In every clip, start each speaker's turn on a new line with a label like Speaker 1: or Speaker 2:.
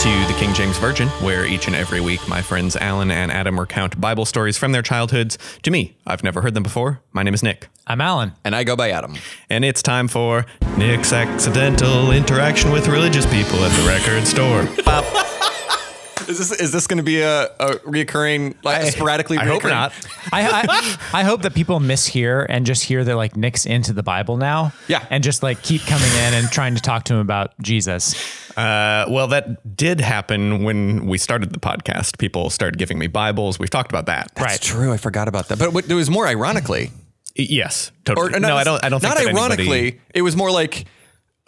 Speaker 1: to the King James Virgin, where each and every week my friends Alan and Adam recount Bible stories from their childhoods to me. I've never heard them before. My name is Nick.
Speaker 2: I'm Alan.
Speaker 3: And I go by Adam.
Speaker 1: And it's time for Nick's accidental interaction with religious people at the record store.
Speaker 3: Is this is this going to be a, a reoccurring, like sporadically?
Speaker 1: I hope
Speaker 3: reoccurring-
Speaker 1: not.
Speaker 2: I, I, I hope that people mishear and just hear that like Nick's into the Bible now.
Speaker 3: Yeah.
Speaker 2: And just like keep coming in and trying to talk to him about Jesus.
Speaker 1: Uh, well, that did happen when we started the podcast. People started giving me Bibles. We've talked about that.
Speaker 2: Right.
Speaker 3: It's true. I forgot about that. But what, there was more ironically,
Speaker 1: Y- Yes, totally.
Speaker 3: or
Speaker 1: no, I don't. I don't.
Speaker 3: Not
Speaker 1: think that
Speaker 3: ironically,
Speaker 1: Anybody,
Speaker 3: it was more like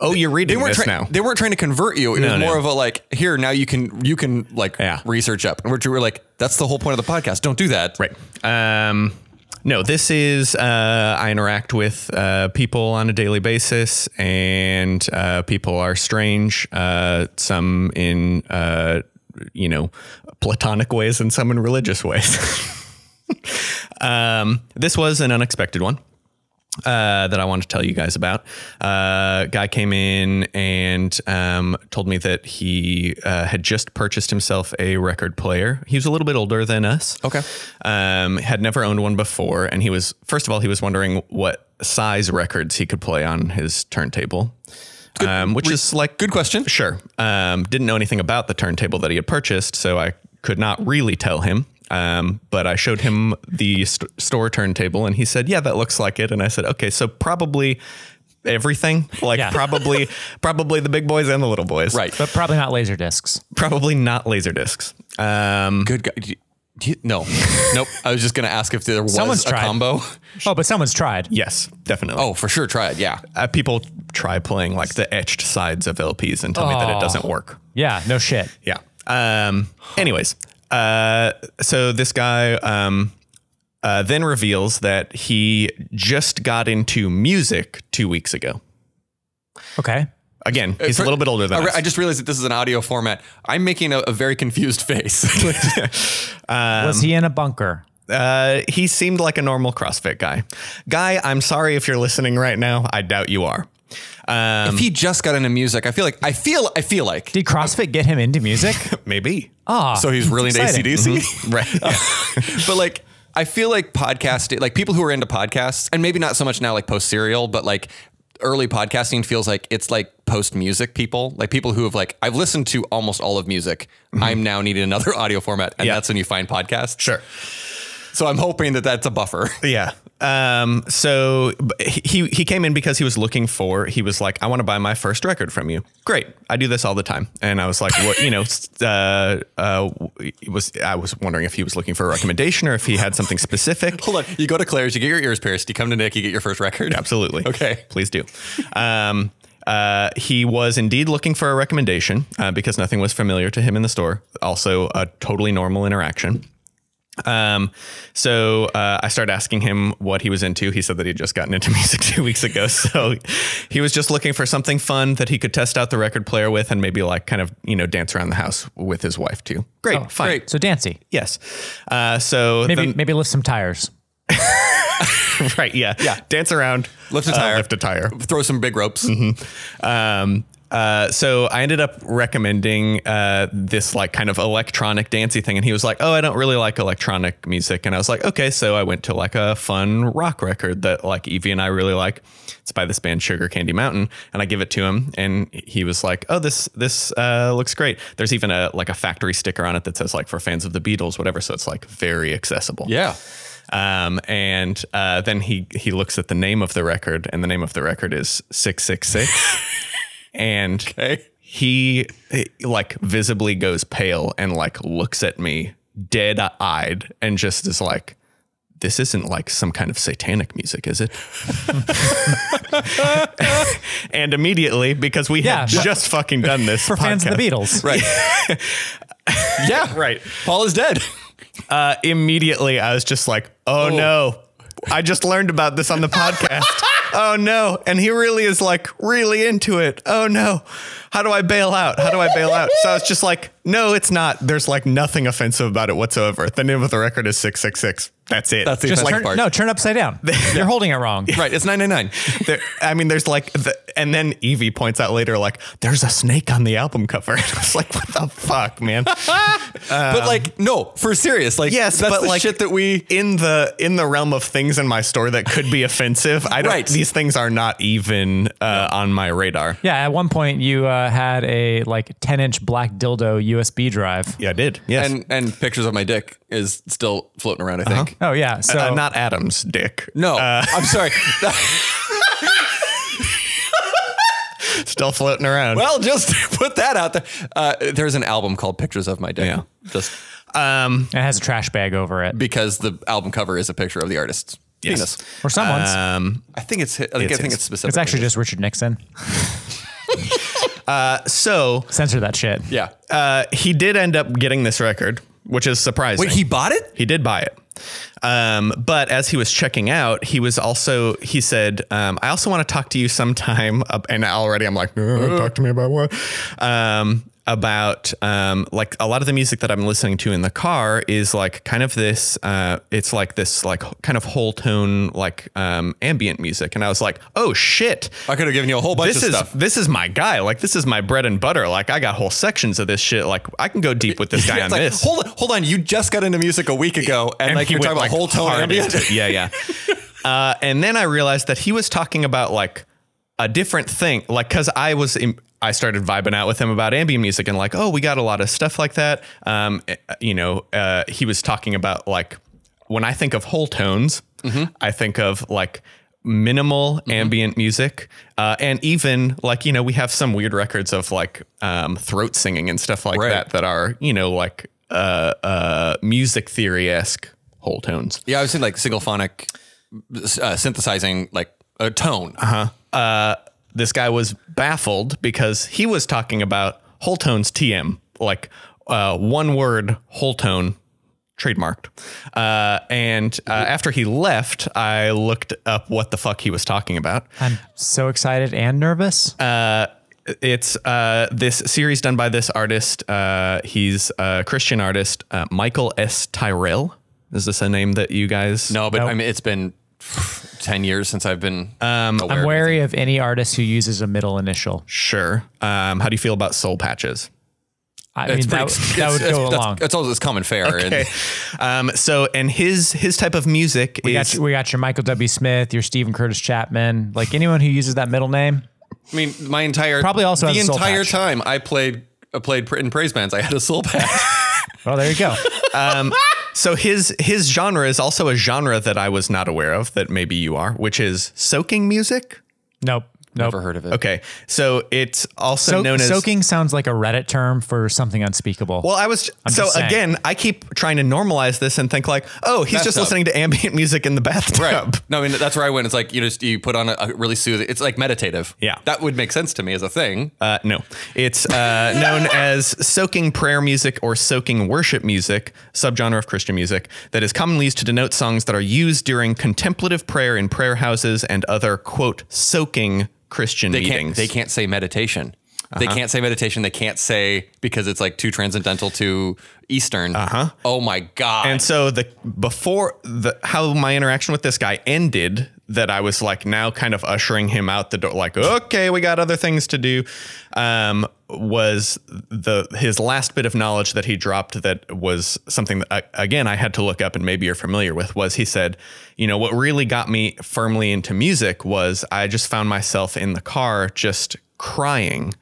Speaker 1: oh, you're
Speaker 3: they
Speaker 1: reading
Speaker 3: weren't
Speaker 1: this
Speaker 3: trying.
Speaker 1: now.
Speaker 3: They weren't trying to convert you. It was
Speaker 1: no.
Speaker 3: more of a like, here now you can you can like
Speaker 1: Yeah.
Speaker 3: research up, and we're, we're like, that's the whole point of the podcast. Don't do that.
Speaker 1: Right. Um, no, this is uh, I interact with uh, people on a daily basis, and uh, people are strange. Uh, some in uh, you know platonic ways, and some in religious ways. um, this was an unexpected one uh, that I want to tell you guys about. Uh, guy came in and um, told me that he uh, had just purchased himself a record player. He was a little bit older than us.
Speaker 3: Okay.
Speaker 1: Um, had never owned one before, and he was first of all he was wondering what size records he could play on his turntable. Um, which is like
Speaker 3: Good question.
Speaker 1: Sure. Um, didn't know anything about the turntable that he had purchased, so I could not really tell him. Um, but I showed him the st- store turntable, and he said, "Yeah, that looks like it." And I said, "Okay, so probably everything, like
Speaker 2: Yeah.
Speaker 1: probably probably the big boys and the little boys,
Speaker 3: Right.
Speaker 2: But probably not laser discs.
Speaker 1: Probably not laser discs." Um,
Speaker 3: Good. guy. Do you- do you- no. nope. I was just going to ask if there was
Speaker 2: Someone's
Speaker 3: a
Speaker 2: tried.
Speaker 3: combo.
Speaker 2: Oh, but someone's tried.
Speaker 1: yes, definitely.
Speaker 3: Oh, for sure. Try it. Yeah.
Speaker 1: uh, people try playing like the etched sides of LPs and tell me that it
Speaker 2: Oh.
Speaker 1: doesn't work.
Speaker 2: Yeah, no shit.
Speaker 1: Yeah. Um, anyways, uh, so this guy um, uh, then reveals that he just got into music two weeks ago.
Speaker 2: Okay.
Speaker 1: Again, he's a little bit older than
Speaker 3: I, Uh, re-
Speaker 1: us.
Speaker 3: I just realized that this is an audio format. I'm making a, a very confused face.
Speaker 2: Was he in a bunker?
Speaker 1: Uh, he seemed like a normal CrossFit guy. Guy, I'm sorry if you're listening right now. I doubt you are.
Speaker 3: if he just got into music, I feel like I feel I feel like
Speaker 2: Did CrossFit get him into music?
Speaker 1: Maybe.
Speaker 2: Ah.
Speaker 3: so he's really into
Speaker 2: exciting.
Speaker 3: ACDC.
Speaker 1: Right.
Speaker 3: but like I feel like podcasting, like people who are into podcasts, and maybe not so much now, like post serial, but like early podcasting feels like it's like post music people, like people who have like I've listened to almost all of music. I'm now needing another audio format, and
Speaker 1: Yeah.
Speaker 3: that's when you find podcasts.
Speaker 1: sure.
Speaker 3: So I'm hoping that that's a buffer.
Speaker 1: Yeah. Um, so b- he he came in because he was looking for. He was like, I want to buy my first record from you. Great, I do this all the time. And I was like, what? You know, s- uh, uh, w- was I was wondering if he was looking for a recommendation or if he had something specific.
Speaker 3: Hold on, you go to Claire's, you get your ears pierced, you come to Nick, you get your first record.
Speaker 1: Absolutely.
Speaker 3: Okay.
Speaker 1: Please do. Um, uh, he was indeed looking for a recommendation uh, because nothing was familiar to him in the store. Also, a totally normal interaction. Um, so uh, I started asking him what he was into. He said that he'd just gotten into music two weeks ago. So he was just looking for something fun that he could test out the record player with and maybe like kind of, you know, dance around the house with his wife too. Great. fine.
Speaker 3: Oh, great.
Speaker 2: So Dancy.
Speaker 1: Yes. Uh, so
Speaker 2: Maybe
Speaker 1: then-
Speaker 2: maybe lift some tires.
Speaker 1: right. Yeah. Yeah. Dance around.
Speaker 3: Lift a
Speaker 1: uh,
Speaker 3: tire.
Speaker 1: lift a tire.
Speaker 3: Throw some big ropes.
Speaker 1: Mm-hmm. Um, uh, so I ended up recommending uh, this like kind of electronic dancey thing, and he was like, "Oh, I don't really like electronic music," and I was like, "Okay." So I went to like a fun rock record that like Evie and I really like. It's by this band Sugar Candy Mountain, and I give it to him, and he was like, "Oh, this this uh, looks great." There's even a like a factory sticker on it that says like for fans of the Beatles, whatever. So it's like very accessible.
Speaker 3: Yeah.
Speaker 1: Um, and uh, then he he looks at the name of the record, and the name of the record is six six six, and
Speaker 3: Okay.
Speaker 1: he he, like visibly goes pale and like looks at me dead eyed and just is like. This isn't like some kind of satanic music, is it? and immediately, because we had
Speaker 2: Yeah.
Speaker 1: just fucking done this
Speaker 2: For fans of the
Speaker 1: podcast-
Speaker 2: Beatles.
Speaker 3: Right. yeah.
Speaker 1: Right.
Speaker 3: Paul is dead.
Speaker 1: uh, immediately I was just like, oh, no, I just learned about this on the podcast. oh no. And he really is like really into it. Oh no. How do I bail out? How do I bail out? So I was just like, no, it's not. There's like nothing offensive about it whatsoever. The name of the record is 666. that's it.
Speaker 3: That's the
Speaker 1: Just
Speaker 3: offensive
Speaker 1: like
Speaker 2: Turn-
Speaker 3: part.
Speaker 2: no, turn upside down. You're holding it wrong.
Speaker 3: Right, it's 999.
Speaker 1: there, I mean, there's like, the, and then Evie points out later, like, there's a snake on the album cover. And I was like, what the fuck, man?
Speaker 3: but like, no, for serious. Like,
Speaker 1: yes,
Speaker 3: that's
Speaker 1: but
Speaker 3: the
Speaker 1: like
Speaker 3: shit that we.
Speaker 1: in the in the realm of things in my store that could be offensive. I don't.
Speaker 3: Right.
Speaker 1: These things are not even uh, on my radar.
Speaker 2: Yeah, at one point you uh, had a like 10 inch black dildo USB drive.
Speaker 1: Yeah, I did. Yes.
Speaker 3: And and pictures of my dick is still floating around. I think.
Speaker 2: Oh yeah, so
Speaker 1: uh, not Adam's dick.
Speaker 3: No, I'm sorry.
Speaker 1: Still floating around.
Speaker 3: well, just put that out there. Uh, there's an album called Pictures of My Dick.
Speaker 1: Yeah.
Speaker 3: Just
Speaker 1: um,
Speaker 2: it has a trash bag over it
Speaker 3: because the album cover is a picture of the artist's penis.
Speaker 2: or someone's.
Speaker 3: Uh,
Speaker 1: um,
Speaker 3: I think it's. hi- I think,
Speaker 1: It's
Speaker 3: I think
Speaker 1: his.
Speaker 3: it's specific.
Speaker 2: it's actually just Richard Nixon.
Speaker 1: so
Speaker 2: Censor that shit.
Speaker 3: Yeah.
Speaker 1: uh, he did end up getting this record, which is surprising.
Speaker 3: Wait, he bought it.
Speaker 1: He did buy it. Um, but as he was checking out, he was also, he said, um, I also want to talk to you sometime. ab- And already I'm like, "Uh, talk to me about what? Um, about um, like a lot of the music that I'm listening to in the car is like kind of this, uh, it's like this, like kind of whole tone, like um, ambient music. And I was like, oh shit.
Speaker 3: I could have given you a whole bunch
Speaker 1: This
Speaker 3: of
Speaker 1: is
Speaker 3: stuff.
Speaker 1: this is my guy. Like this is my bread and butter. Like I got whole sections of this shit. Like I can go deep with this guy
Speaker 3: Yeah,
Speaker 1: on
Speaker 3: it's like,
Speaker 1: this.
Speaker 3: Hold on, hold on. You just got into music a week ago, and, like
Speaker 1: he
Speaker 3: you're
Speaker 1: went,
Speaker 3: talking about whole tone
Speaker 1: hard
Speaker 3: ambient.
Speaker 1: into it. Yeah, yeah. uh, and then I realized that he was talking about like a different thing, like because I was im- I started vibing out with him about ambient music and like, oh, we got a lot of stuff like that. Um, eh, you know, uh, he was talking about like when I think of whole tones, I think of like minimal ambient music uh, and even like you know we have some weird records of like um, throat singing and stuff like
Speaker 3: Right.
Speaker 1: that that are you know like uh, uh, music theory esque whole tones.
Speaker 3: Yeah, I was in like single-phonic uh, synthesizing like a tone. Uh-huh.
Speaker 1: This guy was baffled because he was talking about whole tones TM, like uh, one word whole tone trademarked. Uh, and uh, after he left, I looked up what the fuck he was talking about.
Speaker 2: I'm so excited and nervous.
Speaker 3: Uh,
Speaker 1: It's uh, this series done by this artist. Uh, he's a Christian artist, uh, Michael S. Tyrell. Is this a name that you guys?
Speaker 3: No, but I mean it's been 10 years since I've been aware.
Speaker 2: I'm wary of any artist who uses a middle initial.
Speaker 1: Sure. Um, how do you feel about soul patches?
Speaker 2: I mean, that,
Speaker 3: pretty-
Speaker 2: that
Speaker 3: it's-
Speaker 2: would
Speaker 3: it's-
Speaker 2: go
Speaker 3: that's-
Speaker 2: along.
Speaker 3: It's always it's common fare.
Speaker 1: Okay.
Speaker 3: And
Speaker 1: Um, so, and his his type of music
Speaker 2: We
Speaker 1: is
Speaker 2: got, your, we got your Michael W. Smith, your Stephen Curtis Chapman, like anyone who uses that middle name.
Speaker 3: I mean, my entire
Speaker 2: Probably also
Speaker 3: the
Speaker 2: has a soul
Speaker 3: entire
Speaker 2: patch.
Speaker 3: time I played I played in praise bands. I had a soul patch.
Speaker 2: Well, Oh, there you go.
Speaker 1: so his his genre is also a genre that I was not aware of that maybe you are, which is soaking music.
Speaker 2: nope. Nope.
Speaker 3: Never heard of it.
Speaker 1: Okay, so it's also
Speaker 2: So-
Speaker 1: known as
Speaker 2: soaking sounds like a Reddit term for something unspeakable.
Speaker 1: Well, I was so
Speaker 2: just saying.
Speaker 1: again. I keep trying to normalize this and think like, oh, he's just
Speaker 3: Bathtub.
Speaker 1: listening to ambient music in the bathtub.
Speaker 3: Right. No, I mean that's where I went. It's like you just you put on a, a really soothing. It's like meditative.
Speaker 1: Yeah.
Speaker 3: that would make sense to me as a thing.
Speaker 1: Uh, no, it's uh, known as soaking prayer music or soaking worship music, subgenre of Christian music that is commonly used to denote songs that are used during contemplative prayer in prayer houses and other quote soaking Christian
Speaker 3: they can't,
Speaker 1: meetings.
Speaker 3: they can't say meditation. They
Speaker 2: Uh-huh.
Speaker 3: can't say meditation. They can't say because it's like too transcendental to Eastern. Uh
Speaker 2: Uh-huh.
Speaker 3: huh. Oh my god.
Speaker 1: And so the before the how my interaction with this guy ended, that I was like now kind of ushering him out the door, like okay, we got other things to do. Um, was the his last bit of knowledge that he dropped that was something that I, again I had to look up and maybe you're familiar with was he said, you know what really got me firmly into music was I just found myself in the car just crying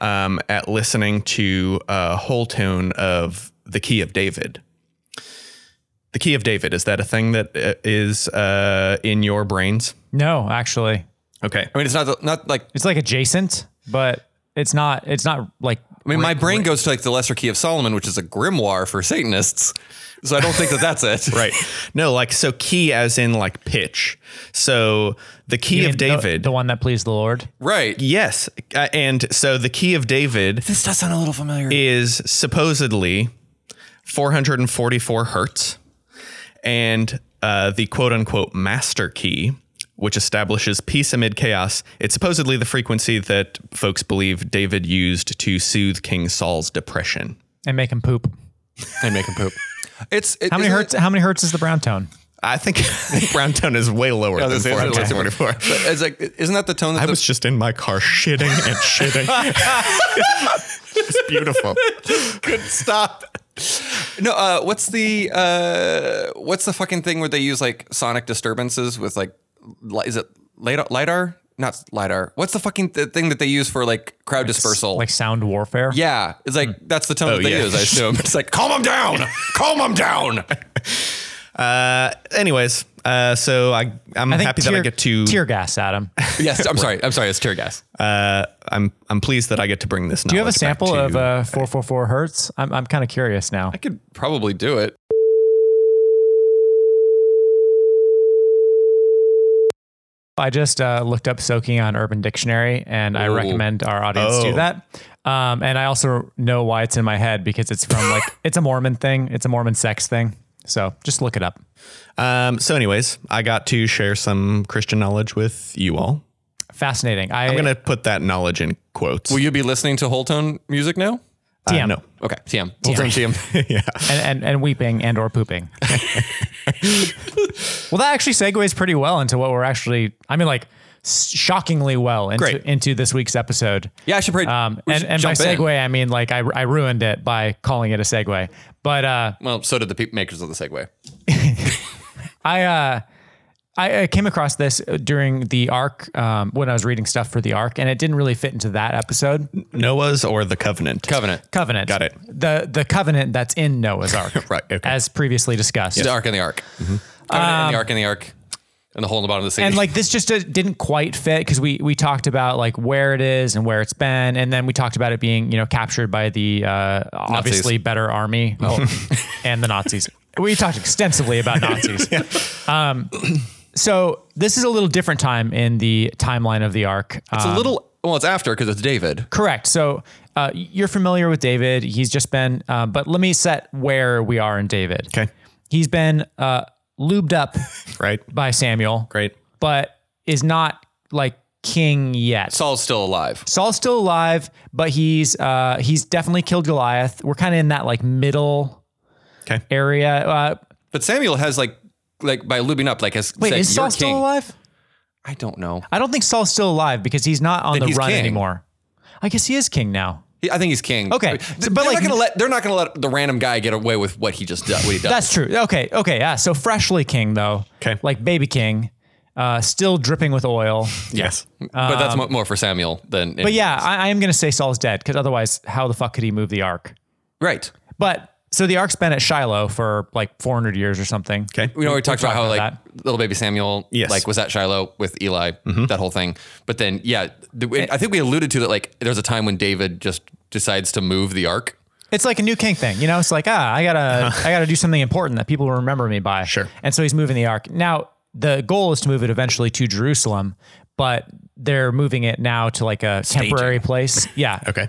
Speaker 1: um, at listening to a whole tune of the key of David. The Key of David is that a thing that uh, is uh, in your brains?
Speaker 2: no, actually,
Speaker 1: Okay.
Speaker 3: I mean, it's not the, not like
Speaker 2: it's like adjacent, but it's not. It's not like.
Speaker 3: I mean, my brain goes to like the Lesser Key of Solomon, which is a grimoire for Satanists. So I don't think that that's it.
Speaker 1: Right. No, like so key as in like pitch. So the key of
Speaker 2: the-
Speaker 1: David.
Speaker 2: the one that pleased the Lord.
Speaker 3: Right.
Speaker 1: yes, uh, and so the key of David
Speaker 3: This does sound a little familiar.
Speaker 1: is supposedly 444 hertz, and uh, the quote unquote master key, which establishes peace amid chaos, it's supposedly the frequency that folks believe David used to soothe King Saul's depression.
Speaker 2: and make him poop.
Speaker 3: and make him poop. It's it,
Speaker 2: How many
Speaker 3: isn't
Speaker 2: hertz? How many hertz is the brown tone?
Speaker 3: it-
Speaker 1: I think brown tone is way lower than
Speaker 3: this is-
Speaker 1: 444.
Speaker 3: But it's like, isn't that the tone that
Speaker 1: I
Speaker 3: the,
Speaker 1: was just in my car shitting and shitting. it's beautiful.
Speaker 3: could stop? No, uh, what's the uh, what's the fucking thing where they use like sonic disturbances with like li- is it lidar? lidar? Not lidar. What's the fucking th- thing that they use for like crowd dispersal?
Speaker 2: like Hmm. sound warfare.
Speaker 3: yeah, it's like that's the tone that they
Speaker 1: yeah.
Speaker 3: use. I assume it's like calm them down, calm them down.
Speaker 1: Uh, anyways, uh, so I I'm
Speaker 2: I think
Speaker 1: happy
Speaker 2: tear,
Speaker 1: that I get to
Speaker 2: tear gas, Adam. Do
Speaker 3: yes, I'm sorry. I'm sorry. It's tear gas.
Speaker 1: uh, I'm I'm pleased that I get to bring this. Do
Speaker 2: you have a sample of uh, 444 hertz? I'm, I'm kind of curious now.
Speaker 3: I could probably do it.
Speaker 2: I just uh, looked up soaking on Urban Dictionary, and I
Speaker 3: Ooh.
Speaker 2: recommend our audience do
Speaker 1: Oh.
Speaker 2: that. Um, and I also know why it's in my head because it's from like it's a Mormon thing. It's a Mormon sex thing. So just look it up.
Speaker 1: Um, so, anyways, I got to share some Christian knowledge with you all.
Speaker 2: Fascinating. I,
Speaker 1: I'm gonna put that knowledge in quotes.
Speaker 3: Will you be listening to whole tone music now?
Speaker 1: Uh,
Speaker 2: TM.
Speaker 1: no.
Speaker 3: Okay, TM. Whole tone TM.
Speaker 1: yeah.
Speaker 2: and, and, and weeping and or pooping. well, that actually segues pretty well into what we're actually, I mean, like s- shockingly well
Speaker 1: Great.
Speaker 2: into, into this week's episode.
Speaker 3: Yeah, I should probably.
Speaker 2: Um,
Speaker 3: we
Speaker 2: and
Speaker 3: should
Speaker 2: and by
Speaker 3: jump in.
Speaker 2: segue, I mean like I, I ruined it by calling it a segue. But uh,
Speaker 3: Well, so did the pe- makers of the Segway.
Speaker 2: I, uh, I I came across this during the arc um, when I was reading stuff for the arc, and it didn't really fit into that episode.
Speaker 1: Noah's or the covenant.
Speaker 3: Covenant.
Speaker 2: Covenant.
Speaker 1: Got it.
Speaker 2: The the covenant that's in Noah's Ark,
Speaker 1: Right, okay.
Speaker 2: As previously discussed.
Speaker 3: The Ark and the Ark. Covenant and the Ark and the Ark. And the hole in the bottom of the sea.
Speaker 2: Um, and like this just uh, didn't quite fit because we we talked about like where it is and where it's been, and then we talked about it being you know captured by the uh, obviously better army and the Nazis. We talked extensively about Nazis. Um, so this is a little different time in the timeline of the arc.
Speaker 3: it's a little. Well, it's after because it's David.
Speaker 2: Correct. So uh, you're familiar with David. He's just been, uh, but let me set where we are in David.
Speaker 1: Okay.
Speaker 2: He's been uh, lubed up
Speaker 1: Right.
Speaker 2: by Samuel.
Speaker 1: Great.
Speaker 2: But is not like king yet.
Speaker 3: Saul's still alive.
Speaker 2: Saul's still alive, but he's uh, he's definitely killed Goliath. We're kind of in that like middle
Speaker 1: Okay.
Speaker 2: area. Uh,
Speaker 3: But Samuel has like, like by lubing up, like has
Speaker 2: wait,
Speaker 3: said,
Speaker 2: is Saul
Speaker 3: "You're
Speaker 2: still
Speaker 3: king."
Speaker 2: alive?
Speaker 3: I don't know.
Speaker 2: I don't think Saul's still alive because he's not on
Speaker 3: Then
Speaker 2: the
Speaker 3: he's
Speaker 2: run
Speaker 3: king.
Speaker 2: anymore. I guess he is king now.
Speaker 3: He- I think he's king.
Speaker 2: Okay,
Speaker 3: Th-
Speaker 2: so-
Speaker 3: they're
Speaker 2: but, like-
Speaker 3: not gonna let they're not gonna let the random guy get away with what he just does. What he does.
Speaker 2: That's true. Okay. Okay. Yeah. So freshly king though.
Speaker 1: 'Kay.
Speaker 2: Like baby king, uh, still dripping with oil.
Speaker 1: Yes.
Speaker 3: but that's mo- more for Samuel than.
Speaker 2: um, But yeah, I, I am gonna say Saul's dead because otherwise, how the fuck could he move the ark?
Speaker 3: right.
Speaker 2: But so the ark's been at Shiloh for like 400 years or something.
Speaker 1: Okay.
Speaker 3: We know we talked about how like
Speaker 2: about
Speaker 3: little baby Samuel,
Speaker 1: Yes.
Speaker 3: like was at Shiloh with Eli, that whole thing. But then, yeah, the, we- I think we alluded to that. Like, there's a time when David just decides to move the ark.
Speaker 2: It's like a new king thing, you know. It's like ah, I gotta,
Speaker 3: Uh-huh.
Speaker 2: I gotta do something important that people will remember me by.
Speaker 1: Sure.
Speaker 2: And so he's moving the ark. Now the goal is to move it eventually to Jerusalem, but they're moving it now to like a temporary place. Yeah.
Speaker 1: Okay.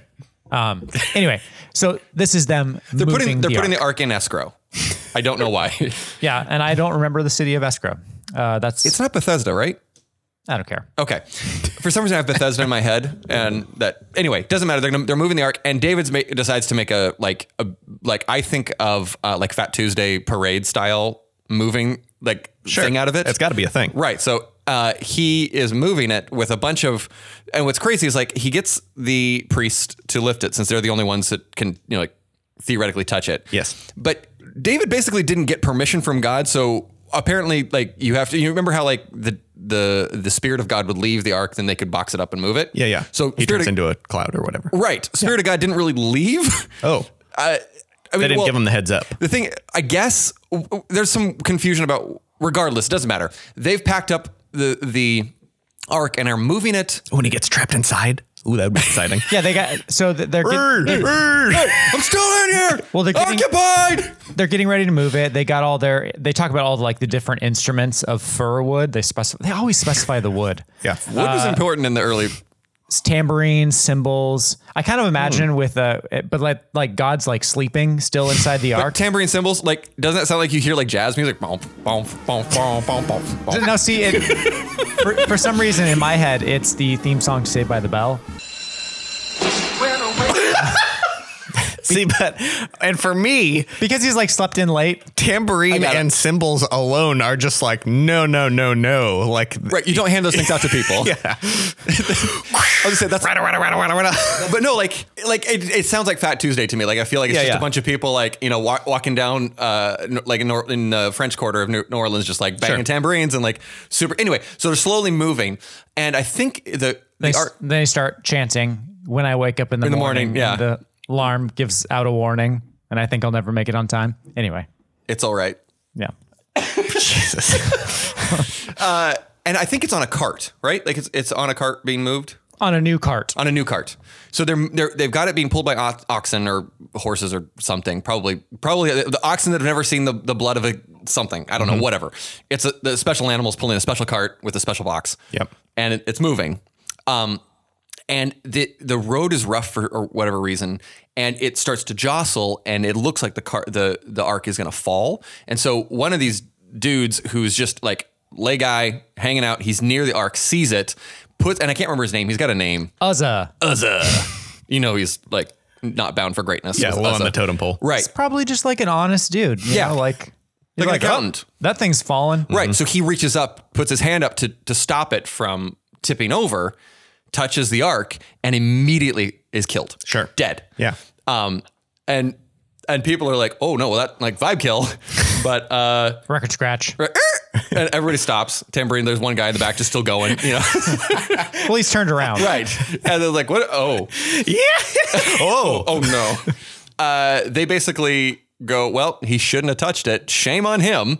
Speaker 2: Um. Anyway, so this is them.
Speaker 3: They're
Speaker 2: moving
Speaker 3: putting they're
Speaker 2: the
Speaker 3: putting
Speaker 2: ark.
Speaker 3: the ark in escrow. I don't know why.
Speaker 2: Yeah, and I don't remember the city of escrow. Uh, that's
Speaker 3: it's not Bethesda, right?
Speaker 2: I don't care.
Speaker 3: Okay. For some reason, I have Bethesda in my head, and that anyway doesn't matter. They're gonna, they're moving the ark, and David's ma- decides to make a like a like I think of uh, like Fat Tuesday parade style moving like thing out of it.
Speaker 1: It's got to be a thing.
Speaker 3: Right. So uh, he is moving it with a bunch of, and what's crazy is like he gets the priest to lift it since they're the only ones that can, you know, like theoretically touch it.
Speaker 1: Yes.
Speaker 3: But David basically didn't get permission from God. So apparently, like you have to, you remember how like the, the, the spirit of God would leave the ark, then they could box it up and move it.
Speaker 1: Yeah. Yeah.
Speaker 3: So
Speaker 1: he
Speaker 3: spirit
Speaker 1: turns
Speaker 3: of,
Speaker 1: into a cloud or whatever.
Speaker 3: right. Spirit of God didn't really leave.
Speaker 1: Oh.
Speaker 3: I, I mean,
Speaker 1: They didn't
Speaker 3: well,
Speaker 1: give him the heads up.
Speaker 3: the thing, I guess, w- w- there's some confusion about. Regardless, it doesn't matter. They've packed up the the ark and are moving it.
Speaker 1: When he gets trapped inside. Ooh, that would be exciting.
Speaker 2: Yeah, they got so th- they're get,
Speaker 3: I'm still in here.
Speaker 2: Well, they're getting-
Speaker 3: occupied.
Speaker 2: they're getting ready to move it. They got all their they talk about all the, like the different instruments of fir wood. They specify they always specify the wood.
Speaker 1: yeah.
Speaker 3: Wood was important in the early.
Speaker 2: It's tambourines, cymbals. I kind of imagine
Speaker 1: Hmm.
Speaker 2: with uh but like like God's like sleeping still inside the ark.
Speaker 3: Tambourine cymbals, like, doesn't that sound like you hear like jazz music? Bump, bump, bump, bump, bump, bump, bump.
Speaker 2: no, see it for, for some reason in my head it's the theme song to Saved by the Bell.
Speaker 1: See, but and for me,
Speaker 2: because he's like slept in late.
Speaker 1: tambourine
Speaker 3: got it.
Speaker 1: and cymbals alone are just like no, no, no, no. Like
Speaker 3: Right, you don't hand those things out to people. yeah. I was gonna say that's
Speaker 1: rada, rada, rada, rada, rada.
Speaker 3: but no, like, like it, it sounds like Fat Tuesday to me. Like, I feel like it's
Speaker 1: Yeah,
Speaker 3: just
Speaker 1: yeah.
Speaker 3: a bunch of people, like, you know, wa- walking down, uh, n- like in, Nor- in the French Quarter of New, New Orleans, just like banging
Speaker 1: Sure.
Speaker 3: tambourines and like super. Anyway, so they're slowly moving, and I think the
Speaker 2: They,
Speaker 3: the art.
Speaker 2: they start chanting when I wake up in the,
Speaker 3: the
Speaker 2: morning,
Speaker 3: morning, yeah.
Speaker 2: and The alarm gives out a warning, and I think I'll never make it on time. Anyway,
Speaker 3: It's all right.
Speaker 2: yeah.
Speaker 3: And I think it's on a cart, right? Like it's it's on a cart being moved
Speaker 2: On a new cart.
Speaker 3: on a new cart. So they're, they're they've got it being pulled by ox- oxen or horses or something. Probably probably the, the oxen that have never seen the, the blood of a something. I don't know. Whatever. It's a, the special animals pulling a special cart with a special box.
Speaker 1: Yep.
Speaker 3: And it, it's moving. Um, and the the road is rough for or whatever reason, and it starts to jostle, and it looks like the car the the arc is going to fall. And so one of these dudes who's just like lay guy hanging out, he's near the arc, sees it, puts and I can't remember his name. He's got a name.
Speaker 2: Uzza.
Speaker 3: Uzza. you know he's like not bound for greatness.
Speaker 1: yeah,
Speaker 3: with
Speaker 1: low on
Speaker 3: Uzza.
Speaker 1: the totem pole.
Speaker 3: Right.
Speaker 2: It's probably just like an honest dude. You
Speaker 3: Yeah.
Speaker 2: Know? Like, you're
Speaker 3: Like an
Speaker 2: "Oh,
Speaker 3: accountant."
Speaker 2: that thing's fallen.
Speaker 1: Mm-hmm.
Speaker 3: Right. So he reaches up, puts his hand up to to stop it from tipping over, touches the arc, and immediately is killed.
Speaker 1: Sure.
Speaker 3: Dead.
Speaker 1: Yeah.
Speaker 3: Um and and people are like, oh no, well that like vibe kill. but uh
Speaker 2: Record scratch.
Speaker 3: and everybody stops. Tambourine, there's one guy in the back just still going, you know.
Speaker 2: Well, he's turned around.
Speaker 3: right. And they're like, what oh.
Speaker 1: Yeah. oh.
Speaker 3: Oh no. uh, they basically go, well, he shouldn't have touched it. Shame on him.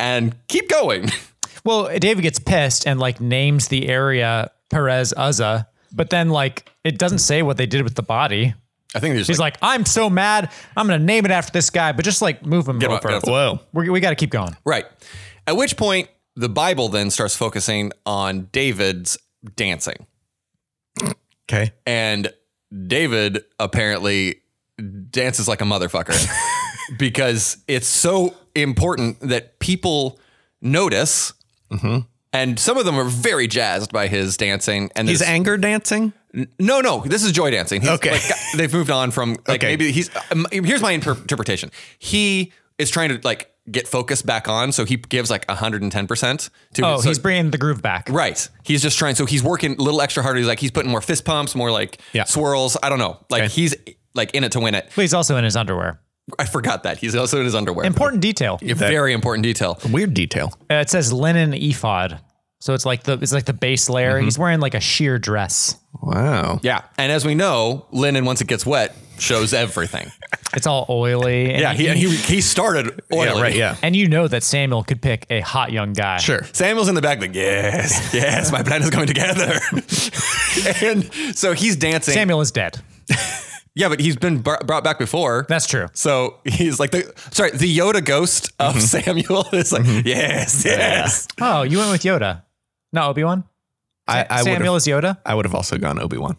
Speaker 3: And keep going.
Speaker 2: Well, David gets pissed and like names the area Perez Uzza, but then like it doesn't say what they did with the body.
Speaker 3: I think there's
Speaker 2: He's like, I'm so mad. I'm going to name it after this guy, but just like move him
Speaker 3: him up,
Speaker 2: over.
Speaker 3: get him up.
Speaker 1: Whoa.
Speaker 2: We're, we got to keep going.
Speaker 3: right. At which point the Bible then starts focusing on David's dancing.
Speaker 1: Okay.
Speaker 3: And David apparently dances like a motherfucker because it's so important that people notice.
Speaker 1: Mm-hmm.
Speaker 3: And some of them are very jazzed by his dancing. And
Speaker 1: He's
Speaker 3: there's-
Speaker 1: anger dancing.
Speaker 3: No, no, this is joy dancing. He's,
Speaker 1: Okay.
Speaker 3: like, they've moved on from like
Speaker 1: Okay.
Speaker 3: maybe he's. Um, here's my inter- interpretation. He is trying to like get focus back on, so he gives like 110 percent to.
Speaker 2: Oh,
Speaker 3: so-
Speaker 2: he's bringing the groove back.
Speaker 3: right. He's just trying. So he's working a little extra harder. He's like he's putting more fist pumps, more like
Speaker 1: Yeah.
Speaker 3: swirls. I don't know. Like
Speaker 1: Okay.
Speaker 3: he's like in it to win it.
Speaker 2: But he's also in his underwear.
Speaker 3: I forgot that he's also in his underwear.
Speaker 2: Important detail.
Speaker 3: Very important detail.
Speaker 1: Weird detail.
Speaker 2: Uh, it says linen ephod. So it's like the it's like the base layer.
Speaker 3: Mm-hmm.
Speaker 2: He's wearing like a sheer dress.
Speaker 1: Wow.
Speaker 3: Yeah. And as we know, linen once it gets wet shows everything.
Speaker 2: It's all oily. And
Speaker 3: yeah. He, and he he started oily.
Speaker 1: Yeah. Right. Yeah.
Speaker 2: and you know that Samuel could pick a hot young guy.
Speaker 1: Sure.
Speaker 3: Samuel's in the back, like, yes, yes, my plan is going together. and so he's dancing.
Speaker 2: Samuel is dead.
Speaker 3: Yeah, but he's been br- brought back before.
Speaker 2: That's true.
Speaker 3: so he's like the sorry, the Yoda ghost of Samuel is like, yes, yes.
Speaker 2: Oh, you went with Yoda, not Obi Wan.
Speaker 1: I, I would.
Speaker 2: Samuel
Speaker 1: have-
Speaker 2: is Yoda.
Speaker 1: I would have also gone Obi Wan.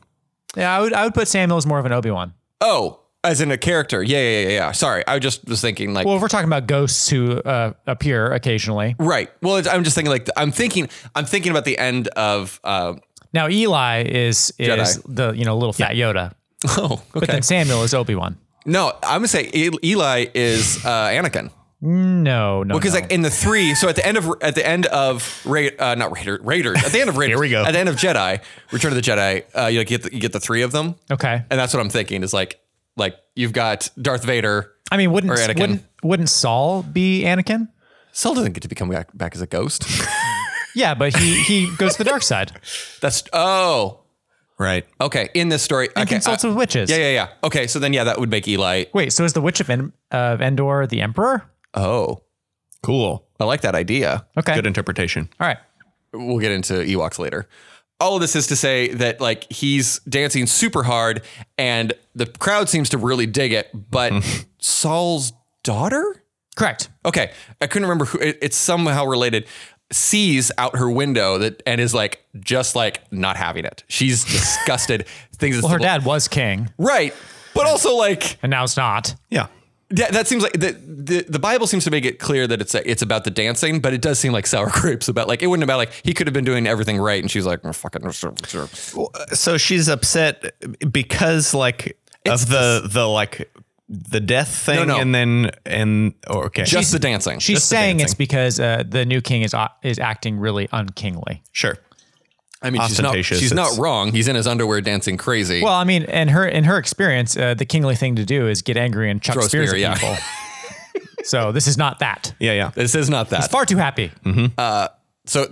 Speaker 2: Yeah, I would I would put Samuel as more of an Obi Wan.
Speaker 3: Oh, as in a character. Yeah, yeah, yeah, yeah. Sorry. I just was thinking like
Speaker 2: Well, if we're talking about ghosts who uh, appear occasionally.
Speaker 3: Right. Well, it's, I'm just thinking like I'm thinking I'm thinking about the end of uh,
Speaker 2: Now Eli is is
Speaker 3: Jedi.
Speaker 2: the you know little fat Yoda,
Speaker 3: oh
Speaker 2: but
Speaker 3: okay.
Speaker 2: then Samuel is Obi Wan.
Speaker 3: No, I'm gonna say El- Eli is uh, Anakin.
Speaker 2: No, no,
Speaker 3: because
Speaker 2: no.
Speaker 3: like in the three, so at the end of at the end of Ra- uh, not Raider, Raiders at the end of Raiders,
Speaker 1: we go.
Speaker 3: At the end of Jedi, Return of the Jedi, uh, you, like, get the, you get the three of them,
Speaker 2: okay.
Speaker 3: and that's what I'm thinking is like like you've got Darth Vader.
Speaker 2: I mean, wouldn't
Speaker 3: or Anakin.
Speaker 2: wouldn't wouldn't Saul be Anakin?
Speaker 3: Saul doesn't get to become back, back as a ghost.
Speaker 2: Yeah, but he he goes to the dark side
Speaker 3: that's oh
Speaker 1: Right.
Speaker 3: okay in this story
Speaker 2: and
Speaker 3: okay,
Speaker 2: consults
Speaker 3: I-
Speaker 2: with witches.
Speaker 3: yeah yeah yeah okay so then yeah that would make Eli
Speaker 2: Wait, so is the witch of, en- of Endor the emperor?
Speaker 3: oh
Speaker 1: Cool.
Speaker 3: I like that idea.
Speaker 2: Okay,
Speaker 1: Good interpretation.
Speaker 2: all right.
Speaker 3: we'll get into Ewoks later. All of this is to say that like he's dancing super hard and the crowd seems to really dig it, but Saul's daughter?
Speaker 2: Correct.
Speaker 3: Okay, I couldn't remember who it, it's somehow related sees out her window that and is like just like not having it. She's disgusted. Things
Speaker 2: Well, her dad was king,
Speaker 3: Right. But also like
Speaker 2: and now it's not.
Speaker 1: Yeah.
Speaker 3: that, that seems like the, the the Bible seems to make it clear that it's it's about the dancing, but it does seem like sour grapes about like it wouldn't about like he could have been doing everything "Mm,
Speaker 1: uh,
Speaker 3: right and she's like "Oh, fucking sure, sure."
Speaker 1: So she's upset because like of the the like the death thing,
Speaker 3: no.
Speaker 1: and then and oh, okay,
Speaker 3: just the dancing.
Speaker 2: She's
Speaker 1: the
Speaker 2: saying it's
Speaker 1: dancing.
Speaker 2: because uh, the new king is uh, is acting really unkingly.
Speaker 1: sure.
Speaker 3: I mean, she's not,
Speaker 1: ostentatious.
Speaker 3: she's not
Speaker 1: It's-
Speaker 3: wrong. He's in his underwear dancing crazy.
Speaker 2: Well, I mean, in her in her experience, uh, the kingly thing to do is get angry and chuck
Speaker 3: Throw a
Speaker 2: spears
Speaker 3: spear,
Speaker 2: at
Speaker 3: yeah.
Speaker 2: people. so this is not that.
Speaker 1: Yeah, yeah.
Speaker 3: this is not that.
Speaker 2: Far too happy.
Speaker 3: so that's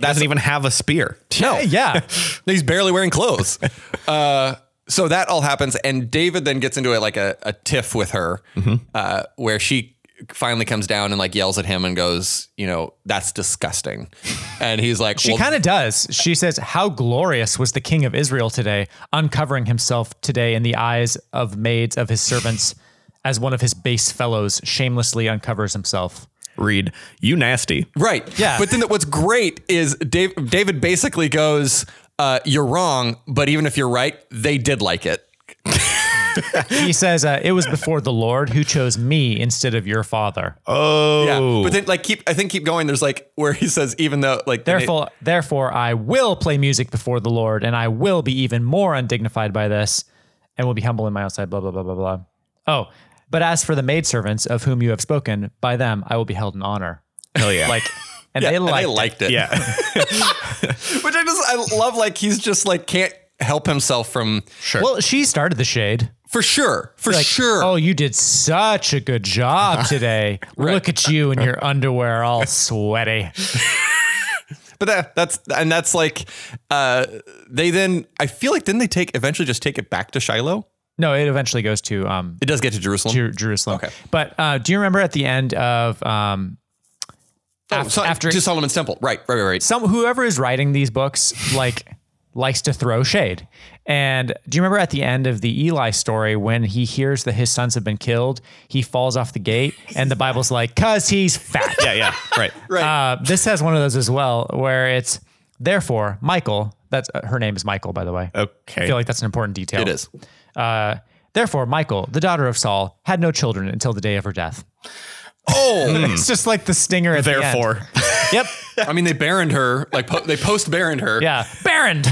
Speaker 1: Doesn't even have a spear.
Speaker 3: no.
Speaker 2: Yeah.
Speaker 3: He's barely wearing clothes. uh, so that all happens, and David then gets into it like a, a tiff with her,
Speaker 2: Mm-hmm.
Speaker 3: uh, where she finally comes down and like yells at him and goes, you know, that's disgusting, and he's like,
Speaker 2: She
Speaker 3: well,
Speaker 2: kind of does. She says, How glorious was the king of Israel today, uncovering himself today in the eyes of maids of his servants, as one of his base fellows shamelessly uncovers himself.
Speaker 1: Read, you nasty.
Speaker 3: Right.
Speaker 2: Yeah.
Speaker 3: But then what's great is Dave, David basically goes, uh, "You're wrong," but even if you're right, they did like it.
Speaker 2: He says, uh, It was before the Lord who chose me instead of your father.
Speaker 1: Oh,
Speaker 3: Yeah. But then like keep, I think keep going. There's like where he says, even though like the na-
Speaker 2: Therefore, therefore, I will play music before the Lord, and I will be even more undignified by this, and will be humble in my own sight. Blah blah blah blah blah. Oh, but as for the maidservants of whom you have spoken, by them I will be held in honor.
Speaker 1: hell yeah.
Speaker 2: Like, and
Speaker 3: yeah,
Speaker 2: they
Speaker 3: and
Speaker 2: like
Speaker 3: they liked it.
Speaker 1: yeah.
Speaker 3: Which I just I love. Like he's just like can't help himself from sure
Speaker 2: Well, she started the shade.
Speaker 3: for sure for
Speaker 2: Like,
Speaker 3: sure.
Speaker 2: Oh, you did such a good job today. Look at you in your underwear, all sweaty.
Speaker 3: But that that's and that's like uh they then I feel like then they take eventually just take it back to Shiloh.
Speaker 2: No, it eventually goes to um
Speaker 3: It does get to Jerusalem.
Speaker 2: Jer- Jerusalem.
Speaker 3: Okay.
Speaker 2: But uh, do you remember at the end of um
Speaker 3: Oh,
Speaker 2: af-
Speaker 3: so-
Speaker 2: after-
Speaker 3: to Solomon's temple. Right. Right. Right. Right.
Speaker 2: some whoever is writing these books like likes to throw shade. And do you remember at the end of the Eli story when he hears that his sons have been killed, he falls off the gate and the Bible's like, "Cuz he's fat."
Speaker 1: yeah, yeah. Right.
Speaker 2: Uh, this has one of those as well where it's therefore Michael, that's uh, her name is Michael by the way. I
Speaker 1: Okay.
Speaker 2: feel like that's an important detail.
Speaker 3: It is.
Speaker 2: Uh, therefore Michael, the daughter of Saul, had no children until the day of her death.
Speaker 3: Oh,
Speaker 2: It's just like the stinger at the end.
Speaker 1: Therefore,
Speaker 2: Yep.
Speaker 3: I mean, they baroned her. Like po- they post baroned her.
Speaker 2: Yeah, Baron.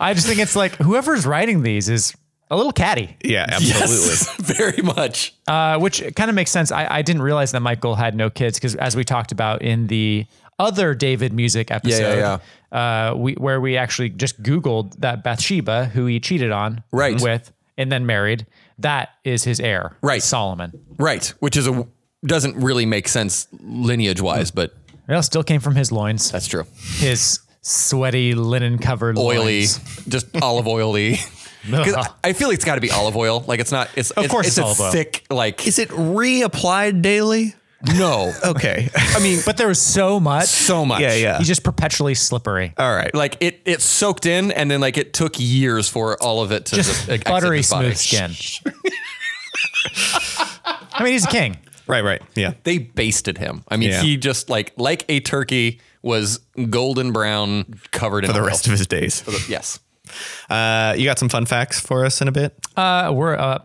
Speaker 2: I just think it's like whoever's writing these is a little catty,
Speaker 1: yeah, absolutely.
Speaker 3: Yes, very much.
Speaker 2: uh, which kind of makes sense. I, I didn't realize that Michael had no kids because, as we talked about in the other David music episode,
Speaker 3: yeah,
Speaker 2: Uh, we where we actually just Googled that Bathsheba, who he cheated on
Speaker 3: Right.
Speaker 2: with and then married, that is his heir,
Speaker 3: Right.
Speaker 2: Solomon.
Speaker 3: Right, which is a doesn't really make sense lineage wise, but
Speaker 2: It still came from his loins,
Speaker 3: that's true.
Speaker 2: his sweaty linen covered
Speaker 3: Oily, just olive oily. 'Cause
Speaker 1: Uh-huh.
Speaker 3: I feel it's got to be olive oil. Like it's not. It's of
Speaker 2: course
Speaker 3: It's,
Speaker 2: it's olive
Speaker 3: a
Speaker 2: oil.
Speaker 3: thick like.
Speaker 1: Is it reapplied daily?
Speaker 3: no.
Speaker 1: Okay.
Speaker 3: I mean, but
Speaker 2: But there was so much.
Speaker 3: so much.
Speaker 1: yeah, yeah.
Speaker 2: He's just perpetually slippery.
Speaker 3: Uh,
Speaker 1: All right.
Speaker 3: Like it, it soaked in, and then like it took years for all of it to
Speaker 2: just
Speaker 3: like, exit
Speaker 2: buttery
Speaker 3: his body.
Speaker 2: smooth skin. I mean, he's a king.
Speaker 1: Right, right. Yeah.
Speaker 3: They basted him. I mean,
Speaker 1: Yeah.
Speaker 3: he just like like a turkey was golden brown, covered in
Speaker 1: The
Speaker 3: oil.
Speaker 1: rest of his days.
Speaker 3: Yes.
Speaker 1: Uh, you got some fun facts for us in a bit?
Speaker 2: Uh, we're uh,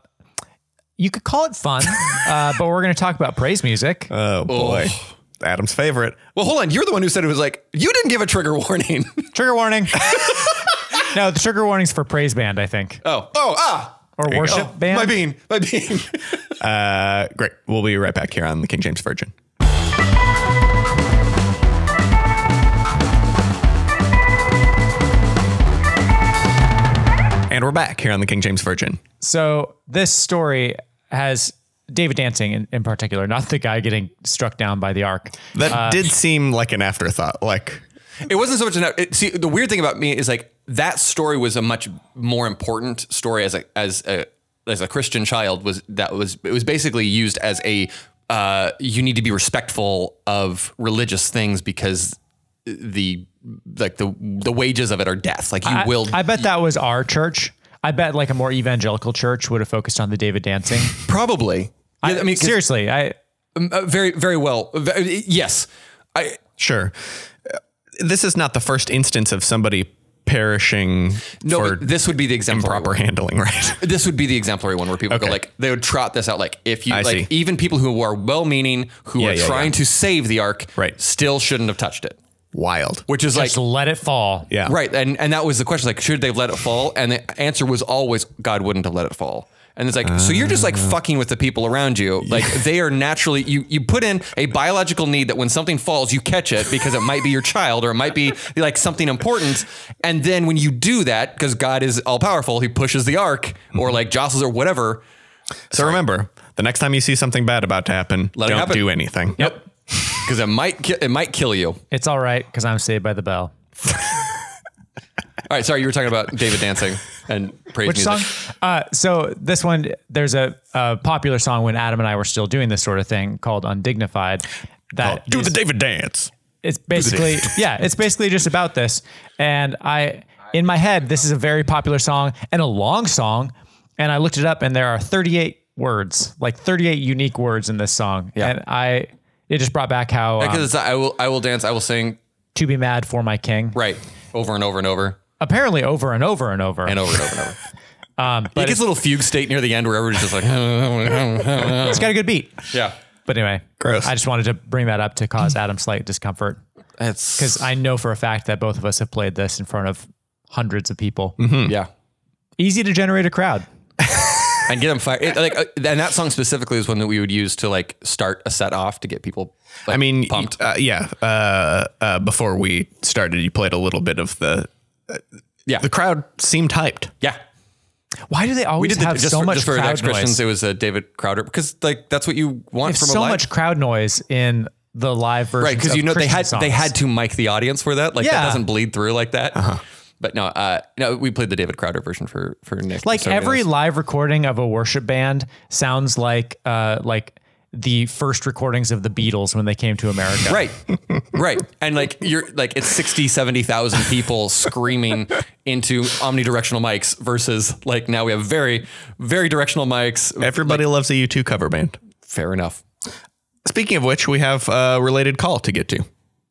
Speaker 2: you could call it fun, uh, but we're going to talk about praise music.
Speaker 3: Uh.
Speaker 1: Oh, boy. Adam's favorite.
Speaker 3: Well, hold on. You're the one who said it was like you didn't give a trigger warning.
Speaker 2: trigger warning. no, the trigger warning's for praise band, I think,
Speaker 3: oh, oh, ah,
Speaker 2: or
Speaker 1: you go.
Speaker 2: worship band.
Speaker 3: my bean, my bean.
Speaker 1: Uh, great. We'll be right back here on the King James Virgin. And we're back here on the King James Virgin.
Speaker 2: So this story has David dancing in, in particular, not the guy getting struck down by the ark.
Speaker 1: That did seem like an afterthought. Like,
Speaker 3: it wasn't so much enough. It, see, the weird thing about me is like that story was a much more important story as a as a as a Christian child was that was it was basically used as a uh, you need to be respectful of religious things because the like the the wages of it are death. Like you
Speaker 2: I,
Speaker 3: will
Speaker 2: I bet that was our church. I bet like a more evangelical church would have focused on the David dancing.
Speaker 3: probably. Yeah, I, mean, 'cause,
Speaker 2: seriously, I
Speaker 3: um, uh, very very well. Ve- Yes, I
Speaker 1: sure. Uh, This is not the first instance of somebody perishing
Speaker 3: no.
Speaker 1: for
Speaker 3: but this would be the example.
Speaker 1: improper handling, right?
Speaker 3: This would be the exemplary one where people go
Speaker 1: Okay.
Speaker 3: like they would trot this out like if you
Speaker 1: I
Speaker 3: like
Speaker 1: see.
Speaker 3: even people who are well meaning who
Speaker 1: Yeah,
Speaker 3: are
Speaker 1: yeah,
Speaker 3: trying
Speaker 1: yeah.
Speaker 3: to save the ark
Speaker 1: Right.
Speaker 3: still shouldn't have touched it.
Speaker 1: wild.
Speaker 3: which is like
Speaker 2: Just let it fall.
Speaker 1: Yeah.
Speaker 3: Right. And and that was the question like should they have let it fall? And the answer was always God wouldn't have let it fall. And it's like so you're just like fucking with the people around you. Like they are naturally you you put in a biological need that when something falls you catch it because it might be your child or it might be like something important. And then when you do that because God is all powerful, he pushes the ark or like jostles or whatever.
Speaker 1: So remember, the next time you see something bad about to happen,
Speaker 3: it
Speaker 1: don't
Speaker 3: happen.
Speaker 1: do anything.
Speaker 3: Yep. Because it might ki- it might kill you. All
Speaker 2: It's all right because I'm saved by the bell.
Speaker 3: right, sorry, you were talking about David dancing and praise
Speaker 2: Which
Speaker 3: music.
Speaker 2: song? Uh, so this one, there's a, a popular song when Adam and I were still doing this sort of thing called "Undignified."
Speaker 3: Oh,
Speaker 2: That
Speaker 1: Do
Speaker 2: is-
Speaker 1: the David dance.
Speaker 2: it's basically yeah, it's basically just about this. And I, in my head, this is a very popular song and a long song. And I looked it up, and there are 38 words, like 38 unique words in this song.
Speaker 3: Yeah.
Speaker 2: And I, it just brought back how um,
Speaker 3: Because it's I will I will dance, I will sing,
Speaker 2: to be mad for my king.
Speaker 3: Right. Over and over and over
Speaker 2: Apparently, over and over and over.
Speaker 3: and over and over and over. Um, it gets a little fugue state near the end where everybody's just like,
Speaker 2: it's got a good beat.
Speaker 3: yeah.
Speaker 2: But anyway,
Speaker 1: Gross.
Speaker 2: I just wanted to bring that up to cause Adam slight discomfort
Speaker 3: It's
Speaker 2: because I know for a fact that both of us have played this in front of hundreds of people.
Speaker 3: yeah.
Speaker 2: Easy to generate a crowd.
Speaker 3: And get them fired. It, like, uh, and that song specifically is one that we would use to like start a set off to get people. Like,
Speaker 1: I mean,
Speaker 3: pumped.
Speaker 1: Uh, yeah. Uh, uh, before we started, you played a little bit of the.
Speaker 3: yeah,
Speaker 1: The crowd seemed hyped.
Speaker 3: yeah.
Speaker 2: Why do they always
Speaker 3: the-
Speaker 2: have so
Speaker 3: for,
Speaker 2: much
Speaker 3: just for the
Speaker 2: crowd
Speaker 3: ex Christians.
Speaker 2: noise?
Speaker 3: It was uh, David Crowder because like that's what you want from
Speaker 2: so
Speaker 3: a live.
Speaker 2: much crowd noise in the live version.
Speaker 3: right because you know they had they had to mic the audience for that. Like that
Speaker 2: Yeah. Uh-huh.
Speaker 3: doesn't bleed through like that. But no, uh, no, we played the David Crowder version for for Nick.
Speaker 2: like
Speaker 3: So, yeah,
Speaker 2: every
Speaker 3: that's-
Speaker 2: live recording of a worship band sounds like uh like the first recordings of the Beatles when they came to America.
Speaker 3: Right. right. And like you're like it's 60, 70,000 people screaming into omnidirectional mics versus like now we have very very directional mics.
Speaker 1: Everybody loves a U2 cover band.
Speaker 3: Fair enough.
Speaker 1: Speaking of which, we have a related call to get to.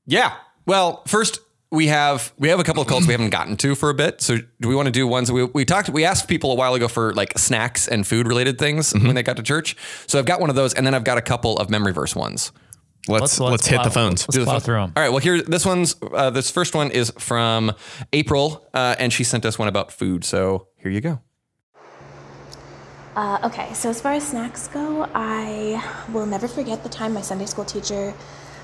Speaker 3: Yeah. Well, first we have we have a couple of calls we haven't gotten to for a bit. So do we want to do ones we we talked we asked people a while ago for like snacks and food related things when they got to church. So I've got one of those and then I've got a couple of memory verse ones.
Speaker 1: Let's let's, hit
Speaker 2: plow-
Speaker 1: the phones.
Speaker 2: Let's plow through 'em.
Speaker 3: All right. Well, here this one's uh, this first one is from April, uh, and she sent us one about food. So here you go.
Speaker 4: Uh, okay, so as far as snacks go, I will never forget the time my Sunday school teacher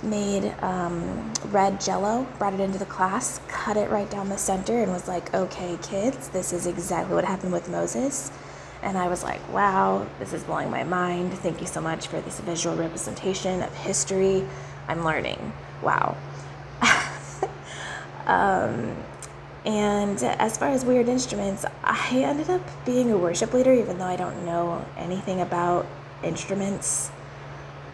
Speaker 4: made um, red jello, brought it into the class, cut it right down the center, and was like, okay, kids, this is exactly what happened with Moses. And I was like, wow, this is blowing my mind. Thank you so much for this visual representation of history. I'm learning. Wow. And as far as weird instruments, I ended up being a worship leader, even though I don't know anything about instruments.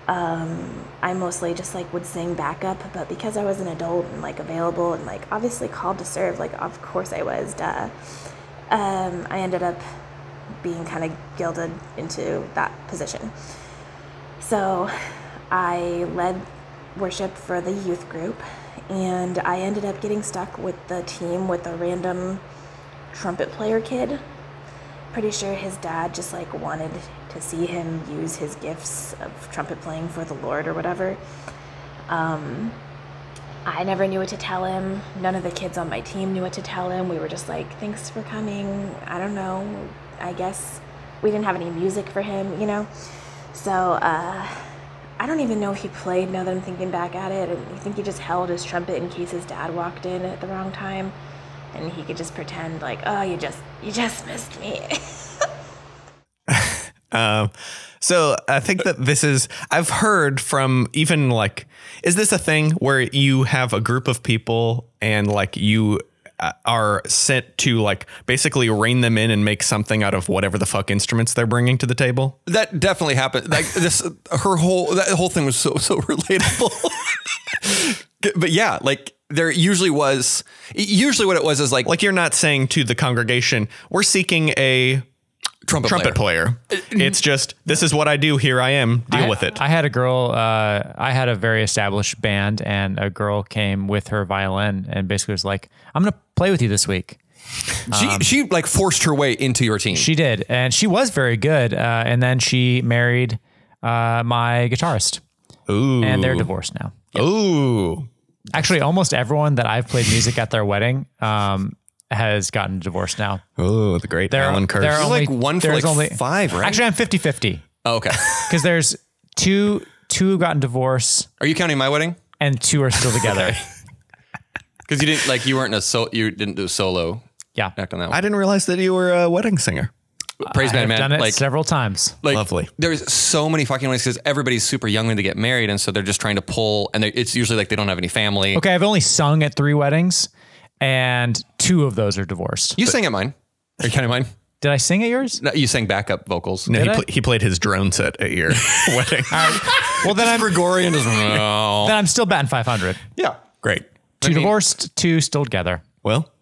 Speaker 4: Um, I mostly just like would sing backup, but because I was an adult and like available and like obviously called to serve, like of course I was, duh. Um, I ended up being kind of gilded into that position. So I led worship for the youth group, and I ended up getting stuck with the team with a random trumpet player kid. Pretty sure his dad just like wanted to see him use his gifts of trumpet playing for the Lord or whatever. Um, I never knew what to tell him. None of the kids on my team knew what to tell him. We were just like, thanks for coming. I don't know. I guess we didn't have any music for him, you know? So, uh, I don't even know if he played now that I'm thinking back at it. I think he just held his trumpet in case his dad walked in at the wrong time and he could just pretend like, oh, you just, you just missed me.
Speaker 1: Um, so I think that this is I've heard from even like is this a thing where you have a group of people and like you uh, are sent to like basically rein them in and make something out of whatever the fuck instruments they're bringing to the table?
Speaker 3: That definitely happened. Like this, her whole that whole thing was so so relatable. but yeah, like there usually was. Usually, what it was is like
Speaker 1: Like you're not saying to the congregation, we're seeking a
Speaker 3: trumpet
Speaker 1: trumpet player. It's just this is what I do. Here I am. Deal
Speaker 2: I-
Speaker 1: with it.
Speaker 2: I had a girl. Uh, I had a very established band, and a girl came with her violin and basically was like, "I'm gonna play with you this week."
Speaker 3: She she like forced her way into your team.
Speaker 2: Um, She did, and she was very good. Uh, and then she married uh, my guitarist,
Speaker 1: Ooh.
Speaker 2: and they're divorced now.
Speaker 1: Ooh.
Speaker 2: Actually, almost everyone that I've played music at their wedding um, has gotten divorced now.
Speaker 1: Oh, the great
Speaker 2: There-
Speaker 1: Alan Curse.
Speaker 2: there are-
Speaker 3: You're like
Speaker 2: Only-
Speaker 3: one for
Speaker 2: there's
Speaker 3: like
Speaker 2: only-
Speaker 3: five, right?
Speaker 2: Actually, I'm 50 50
Speaker 3: oh, okay.
Speaker 2: because there's two two have gotten divorced
Speaker 3: Are you counting my wedding?
Speaker 2: and two are still together.
Speaker 3: Because you didn't like you weren't a so you didn't do a solo
Speaker 2: Yeah.
Speaker 3: act on that.
Speaker 1: I
Speaker 3: One.
Speaker 1: didn't realize that you were a wedding singer.
Speaker 3: Praise
Speaker 2: I've
Speaker 3: man, man.
Speaker 2: done it
Speaker 3: like,
Speaker 2: several times.
Speaker 3: like
Speaker 1: Lovely.
Speaker 3: There's so many fucking ways because everybody's super young when they get married, and so they're just trying to pull. And they- it's usually like they don't have any family.
Speaker 2: Okay, I've only sung at three weddings, and two of those are divorced.
Speaker 3: You sang at mine. Are you counting mine?
Speaker 2: Did I sing at yours?
Speaker 3: No, you sang backup vocals.
Speaker 1: No, he,
Speaker 2: I?
Speaker 1: pla- he played his drone set at your wedding.
Speaker 2: Well, then I'm
Speaker 3: Gregorian is
Speaker 2: then I'm still batting 500.
Speaker 3: yeah.
Speaker 1: Great.
Speaker 2: Two
Speaker 3: mean-
Speaker 2: divorced, two still together.
Speaker 1: Well,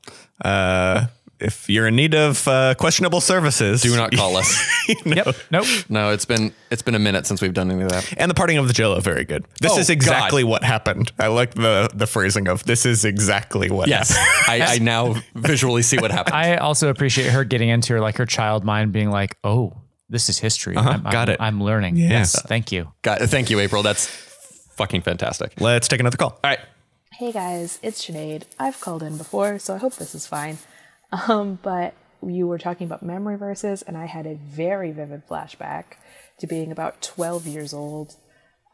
Speaker 1: uh, if you're in need of uh, questionable services,
Speaker 3: Do not call us.
Speaker 2: Yep. Nope.
Speaker 3: No, it's been it's been a minute since we've done any of that.
Speaker 1: And the parting of the Jello, very good. This
Speaker 3: Oh,
Speaker 1: is exactly what happened. I like the the phrasing of this is exactly what. happened.
Speaker 3: I, I now visually see what happened.
Speaker 2: I also appreciate her getting into her like her child mind being like, oh, this is history. I'm,
Speaker 1: Got
Speaker 2: I'm,
Speaker 1: it.
Speaker 2: I'm learning.
Speaker 1: Yeah.
Speaker 2: Yes. Thank you.
Speaker 3: God, thank you, April. That's fucking fantastic. All
Speaker 1: Let's take another call.
Speaker 3: right.
Speaker 5: Hey guys, it's Sinead. I've called in before, so I hope this is fine. Um, but you were talking about memory verses, and I had a very vivid flashback to being about 12 years old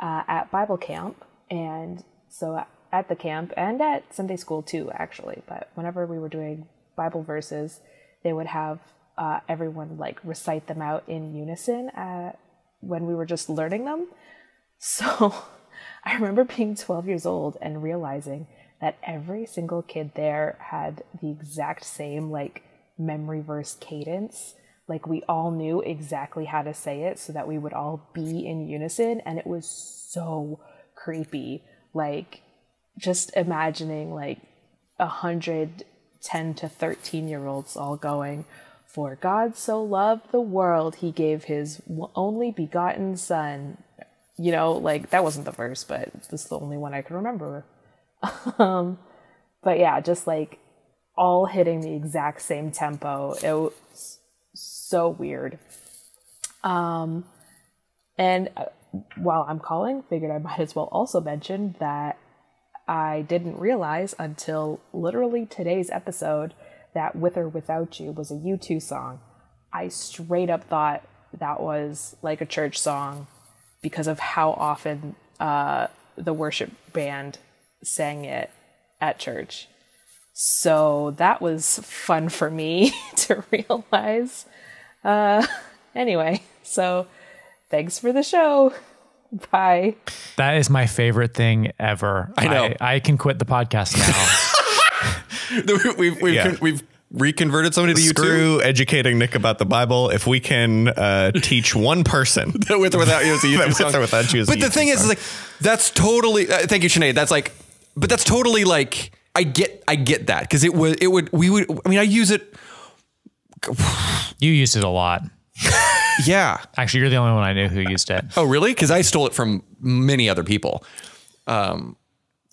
Speaker 5: uh, at Bible camp. And so uh, at the camp and at Sunday school too, actually. But whenever we were doing Bible verses, they would have uh, everyone like recite them out in unison uh when we were just learning them. So I remember being 12 years old and realizing that every single kid there had the exact same, like, memory verse cadence. Like, we all knew exactly how to say it so that we would all be in unison. And it was so creepy. Like, just imagining, like, a 110 to 13 year olds all going, For God so loved the world, he gave his only begotten son, you know, like that wasn't the verse, but this is the only one I could remember. um, but yeah, just like all hitting the exact same tempo. It was so weird. Um, and uh, while I'm calling, figured I might as well also mention that I didn't realize until literally today's episode that With or Without You was a U2 song. I straight up thought that was like a church song because of how often uh, the worship band sang it at church. So that was fun for me to realize. Uh, anyway, so thanks for the show. Bye.
Speaker 2: That is my favorite thing ever. I
Speaker 3: know.
Speaker 2: I, can quit the podcast now.
Speaker 3: We've we've,
Speaker 1: Yeah.
Speaker 3: we've reconverted somebody to YouTube.
Speaker 1: Screw educating Nick about the Bible. If we can uh, teach one person
Speaker 3: with or without you is a
Speaker 1: With
Speaker 3: YouTube
Speaker 1: or
Speaker 3: song.
Speaker 1: without you is a
Speaker 3: but the
Speaker 1: YouTube
Speaker 3: thing is,
Speaker 1: song.
Speaker 3: like, that's totally. Uh, thank you, Sinead. That's like, but that's totally like. I get, I get that because it would, it would, we would. I mean, I use it.
Speaker 2: you used it a lot.
Speaker 3: Yeah.
Speaker 2: Actually, you're the only one I knew who used it.
Speaker 3: Oh, really? Because I stole it from many other people. Um,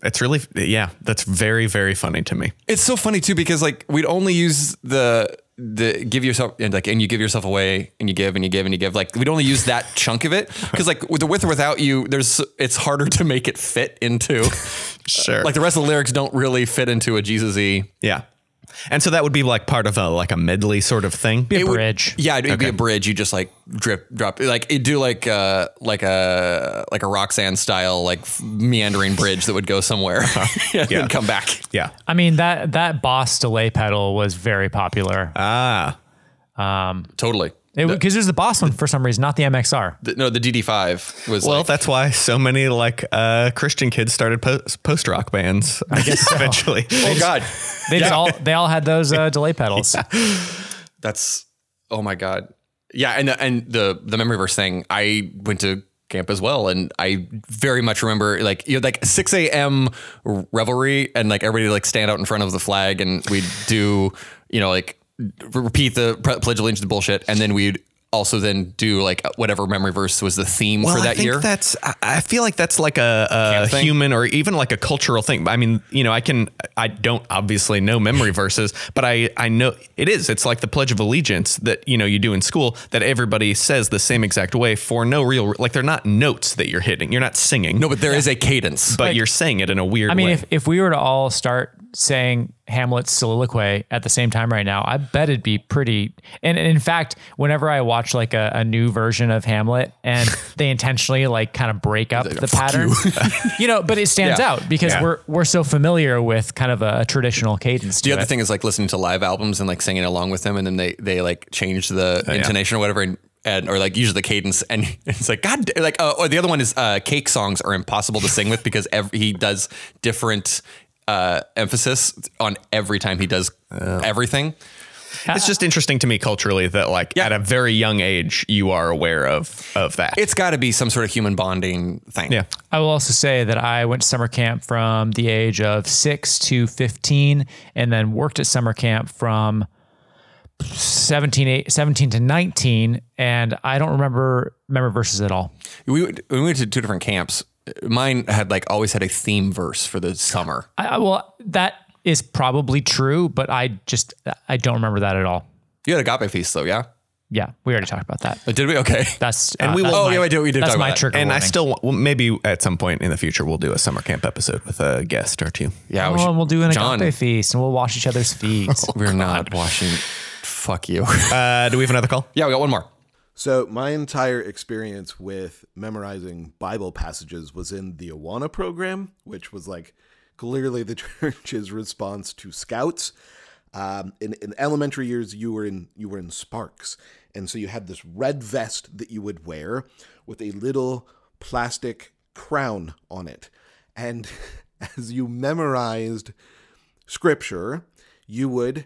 Speaker 1: It's really, yeah, that's very, very funny to me.
Speaker 3: it's so funny too because like we'd only use the the give yourself and like and you give yourself away and you give and you give and you give like we'd only use that chunk of it because like with the with or without you there's it's harder to make it fit into
Speaker 1: Sure.
Speaker 3: like the rest of the lyrics don't really fit into a Jesus y
Speaker 1: yeah. And so that would be like part of a like a medley sort of thing.
Speaker 2: Be a bridge.
Speaker 3: yeah it'd be a bridge you just like drip drop like it'd do like uh like a like a Roxanne style like meandering bridge that would go somewhere and
Speaker 1: Uh-huh. Yeah.
Speaker 3: then come back
Speaker 1: Yeah.
Speaker 2: I mean that that Boss delay pedal was very popular.
Speaker 1: Ah.
Speaker 3: totally
Speaker 2: because it was the Boss one for some reason, not the MXR.
Speaker 3: The- no the DD5 was
Speaker 1: Well,
Speaker 3: like,
Speaker 1: that's why so many like uh, Christian kids started post rock bands. I guess eventually.
Speaker 3: oh god
Speaker 2: They just all they all had those uh, delay pedals.
Speaker 3: That's oh my god. Yeah, and the, and the the memory verse thing. I went to camp as well, and I very much remember like you know, like six a.m. revelry, and like everybody like stand out in front of the flag, and we'd do you know like r- repeat the Pre- pledge of allegiance to bullshit, and then we'd. also then do like whatever memory verse was the theme
Speaker 1: Well,
Speaker 3: for that
Speaker 1: I think
Speaker 3: year.
Speaker 1: That's I- I feel like that's like a, a
Speaker 3: thing?
Speaker 1: human or even like a cultural thing. I mean, you know, I can I don't obviously know memory verses, but I I know it is. It's like the Pledge of Allegiance that you know you do in school that everybody says the same exact way for no real like they're not notes that you're hitting. You're not singing.
Speaker 3: no, but there is a cadence.
Speaker 1: but you're saying it in a weird
Speaker 2: I mean,
Speaker 1: way.
Speaker 2: if, if we were to all start saying Hamlet's soliloquy at the same time right now, I bet it'd be pretty. And, and in fact, whenever I watch like a, a new version of Hamlet and they intentionally like kind of break up the pattern, you. know, but it stands
Speaker 3: Yeah.
Speaker 2: out because
Speaker 1: Yeah.
Speaker 2: we're we're so familiar with kind of a, a traditional cadence. To
Speaker 3: the other
Speaker 2: it.
Speaker 3: thing is like listening to live albums and like singing along with them, and then they they like change the intonation or whatever, and, and or like use the cadence, and it's like God, da- like uh, or the other one is uh, cake songs are impossible to sing with because every, he does different uh, emphasis on every time he does everything. uh,
Speaker 1: it's just interesting to me culturally that like at a very young age you are aware of of that.
Speaker 3: It's got to be some sort of human bonding thing.
Speaker 1: yeah.
Speaker 2: I will also say that I went to summer camp from the age of six to 15 and then worked at summer camp from 17, eight- 17 to 19. And I don't remember remember verses at all.
Speaker 3: We went- we went to two different camps. Mine had like always had a theme verse for the summer.
Speaker 2: I, I, well, that is probably true, but I just, I don't remember that at all.
Speaker 3: You had agape feast though, yeah.
Speaker 2: Yeah. We already talked about that.
Speaker 3: Uh, Did we? Okay.
Speaker 2: That's, uh,
Speaker 1: And we
Speaker 2: that's
Speaker 1: will-
Speaker 3: oh yeah, we did. We did.
Speaker 2: That's
Speaker 3: talk
Speaker 2: my
Speaker 3: about that.
Speaker 2: trigger.
Speaker 1: And I
Speaker 2: warning.
Speaker 1: still want, well, maybe at some point in the future we'll do a summer camp episode with a guest or two.
Speaker 3: Yeah,
Speaker 2: Oh, and we'll do an
Speaker 3: John.
Speaker 2: agape feast and we'll wash each other's feet.
Speaker 3: We're not washing. Fuck you.
Speaker 1: Uh, do we have another call?
Speaker 3: yeah, we got one more.
Speaker 6: So my entire experience with memorizing Bible passages was in the Awana program, which was like clearly the church's response to scouts. Um, in, in elementary years, you were in you were in Sparks, and so you had this red vest that you would wear with a little plastic crown on it, and as you memorized scripture, you would,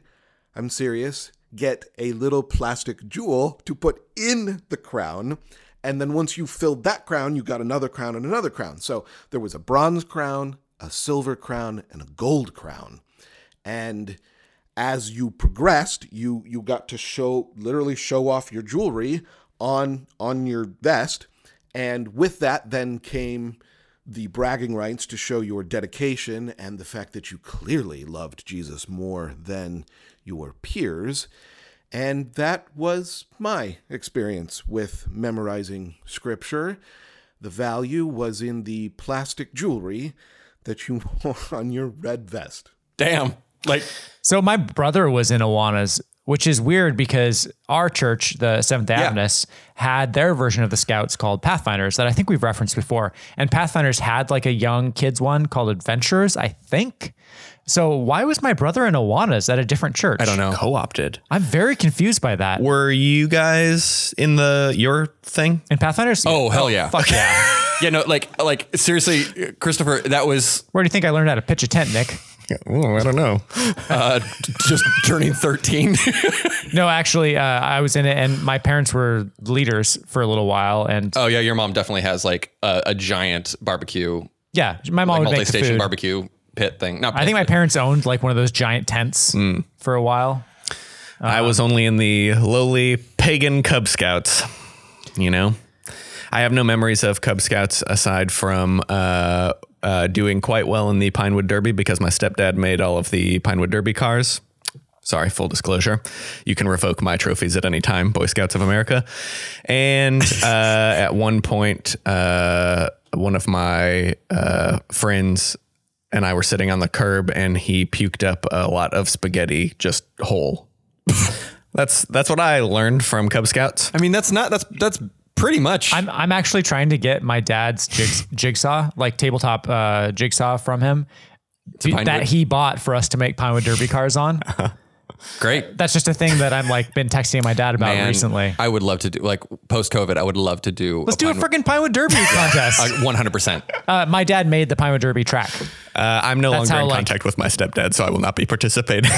Speaker 6: I'm serious, get a little plastic jewel to put in the crown. And then once you filled that crown, you got another crown and another crown. So there was a bronze crown, a silver crown, and a gold crown. And as you progressed, you you got to show literally show off your jewelry on on your vest. And with that then came the bragging rights to show your dedication and the fact that you clearly loved Jesus more than your peers. And that was my experience with memorizing scripture. The value was in the plastic jewelry that you wore on your red vest.
Speaker 3: Damn. Like
Speaker 2: So my brother was in Awana's, which is weird because our church, the Seventh day Adventists, had their version of the Scouts called Pathfinders that I think we've referenced before. And Pathfinders had like a young kids one called Adventurers, I think. So why was my brother in Awana's at a different church? I don't
Speaker 3: know.
Speaker 1: Co-opted.
Speaker 2: I'm very confused by that.
Speaker 1: Were you guys in the your thing?
Speaker 2: in Pathfinders?
Speaker 3: Oh hell yeah.
Speaker 2: fuck yeah.
Speaker 3: Yeah, no, like like seriously, Christopher, that was
Speaker 2: Where do you think I learned how to pitch a tent, Nick?
Speaker 1: Oh, I don't know.
Speaker 3: uh just turning 13.
Speaker 2: No, actually, uh, I was in it, and my parents were leaders for a little while, and
Speaker 3: oh yeah, your mom definitely has like a, a giant barbecue,
Speaker 2: yeah, my mom
Speaker 3: like
Speaker 2: would make the
Speaker 3: multi-station
Speaker 2: food.
Speaker 3: barbecue pit thing. Not
Speaker 2: I think my parents owned like one of those giant tents for a while.
Speaker 1: I was only in the lowly pagan Cub Scouts. You know, I have no memories of Cub Scouts aside from uh, uh, doing quite well in the Pinewood Derby because my stepdad made all of the Pinewood Derby cars. Sorry, full disclosure. You can revoke my trophies at any time, Boy Scouts of America. And uh, at one point, uh, one of my uh, friends and I were sitting on the curb, and he puked up a lot of spaghetti just whole. That's that's what I learned from Cub Scouts.
Speaker 3: I mean that's not that's that's pretty much
Speaker 2: I'm I'm actually trying to get my dad's jigs, jigsaw, like tabletop uh, jigsaw from him to-
Speaker 3: Pinewood?
Speaker 2: that he bought for us to make Pinewood Derby cars on.
Speaker 3: great.
Speaker 2: That's just a thing that I'm like been texting my dad about
Speaker 3: Man,
Speaker 2: recently.
Speaker 3: I would love to do like post COVID, I would love to do
Speaker 2: Let's do a freaking Pinewood Derby contest.
Speaker 3: one hundred percent.
Speaker 2: Uh, my dad made the Pinewood Derby track.
Speaker 1: Uh, I'm no
Speaker 2: That's
Speaker 1: longer
Speaker 2: how,
Speaker 1: in
Speaker 2: like-
Speaker 1: contact with my stepdad, so I will not be participating.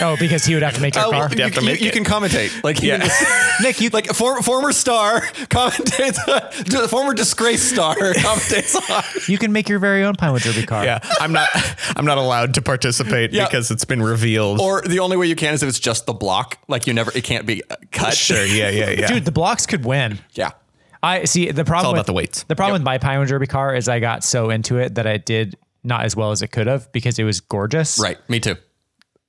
Speaker 2: Oh, because he would have to make your
Speaker 3: Oh,
Speaker 2: car.
Speaker 1: you have to make
Speaker 3: you
Speaker 1: it.
Speaker 3: can commentate. Like yeah.
Speaker 2: Nick, you
Speaker 3: like a for, former star commentates the former disgrace star commentates on
Speaker 2: you can make your very own Pinewood Derby car.
Speaker 1: Yeah, I'm not. I'm not allowed to participate
Speaker 3: Yeah.
Speaker 1: because it's been revealed.
Speaker 3: or the only way you can is if it's just the block like you never it can't be uh, cut
Speaker 1: sure, yeah, yeah, yeah.
Speaker 2: Dude, the blocks could win.
Speaker 3: yeah
Speaker 2: I see the problem
Speaker 1: all about
Speaker 2: with,
Speaker 1: the weights.
Speaker 2: The problem with my Pinewood Derby car is I got so into it that I did not as well as it could have because it was gorgeous.
Speaker 3: right me too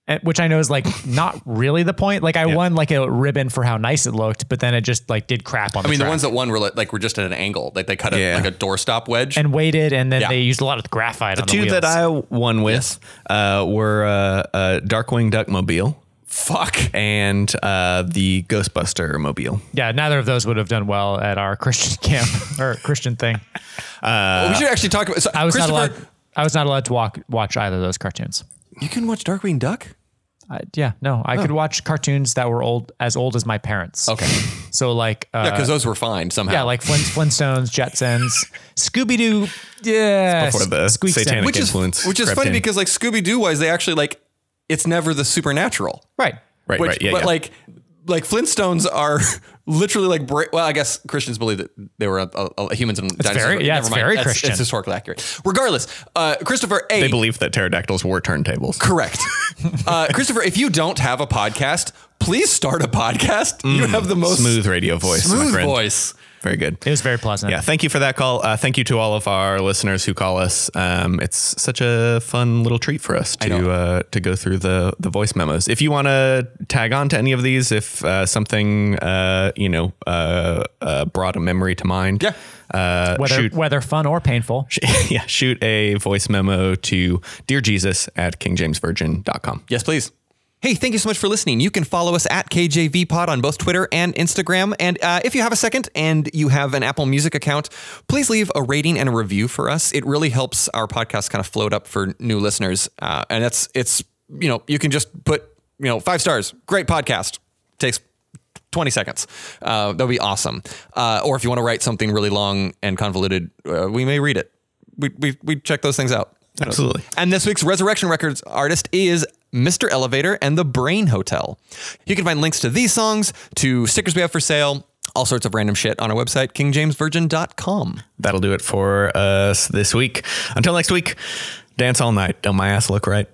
Speaker 2: And- Which I know is like not really the point. Like I won like a ribbon for how nice it looked, but then it just like did crap on
Speaker 3: I
Speaker 2: the
Speaker 3: mean
Speaker 2: track
Speaker 3: the ones that won were like, like were just at an angle like they cut a,
Speaker 1: Yeah.
Speaker 3: like a doorstop wedge
Speaker 2: and waited and then
Speaker 3: Yeah.
Speaker 2: they used a lot of graphite on the
Speaker 1: two
Speaker 2: wheels.
Speaker 1: that I won with uh, were uh, uh, Darkwing Duckmobile
Speaker 3: fuck
Speaker 1: and uh, the Ghostbuster mobile.
Speaker 2: Yeah, neither of those would have done well at our Christian camp or Christian thing.
Speaker 3: we should actually talk about so
Speaker 2: I was not
Speaker 3: Christopher
Speaker 2: allowed. I was not allowed to walk, watch either of those cartoons.
Speaker 3: you can watch Darkwing Duck
Speaker 2: I, yeah, no, I could watch cartoons that were old, as old as my parents.
Speaker 3: okay
Speaker 2: So like, uh,
Speaker 3: yeah because those were fine somehow
Speaker 2: yeah, like Flint, Flintstones, Jetsons, Scooby Doo. Yeah,
Speaker 1: It's before the
Speaker 2: S- Squeak
Speaker 1: satanic-
Speaker 2: Stand.
Speaker 1: Which- influence
Speaker 3: which is
Speaker 1: crept
Speaker 3: funny
Speaker 1: in.
Speaker 3: because like Scooby Doo wise, they actually like it's never the supernatural,
Speaker 2: right.
Speaker 1: Right,
Speaker 3: Which-
Speaker 1: right, yeah,
Speaker 3: but
Speaker 1: yeah.
Speaker 3: like like Flintstones are literally like bra- well, I guess Christians believe that they were uh, uh, humans and dinosaurs.
Speaker 2: very-
Speaker 3: but
Speaker 2: yeah,
Speaker 3: never
Speaker 2: it's
Speaker 3: mind.
Speaker 2: very
Speaker 3: That's-
Speaker 2: Christian.
Speaker 3: It's historically accurate. Regardless, uh, Christopher A.
Speaker 1: They believed that pterodactyls were turntables.
Speaker 3: correct. uh, Christopher, if you don't have a podcast, please start a podcast. you have the most
Speaker 1: Smooth radio voice, my
Speaker 3: smooth
Speaker 1: friend.
Speaker 3: voice.
Speaker 1: Very good.
Speaker 2: It was very pleasant.
Speaker 1: Yeah, thank you for that call. Uh, thank you to all of our listeners who call us. Um, it's such a fun little treat for us to uh, to go through the the voice memos. If you want to tag on to any of these, if uh, something uh, you know uh, uh, brought a memory to mind,
Speaker 3: Yeah.
Speaker 1: uh,
Speaker 2: Whether
Speaker 1: shoot.
Speaker 2: whether fun or painful.
Speaker 1: yeah, shoot a voice memo to Dear Jesus at kingjamesvirgin.com.
Speaker 3: Yes, please. Hey, thank you so much for listening. You can follow us at KJV Pod on both Twitter and Instagram. And uh, if you have a second and you have an Apple Music account, please leave a rating and a review for us. It really helps our podcast kind of float up for new listeners. Uh, and that's it's you know you can just put you know five stars. Great podcast. Takes 20 seconds. Uh, that would be awesome. Uh, or if you want to write something really long and convoluted, uh, we may read it. We, we, we check those things out.
Speaker 1: Absolutely.
Speaker 3: And this week's Resurrection Records artist is Mr. Elevator and the Brain Hotel. You can find links to these songs, to stickers we have for sale, all sorts of random shit on our website, kingjamesvirgin.com.
Speaker 1: That'll do it for us this week. Until next week, dance all night. Don't my ass look right?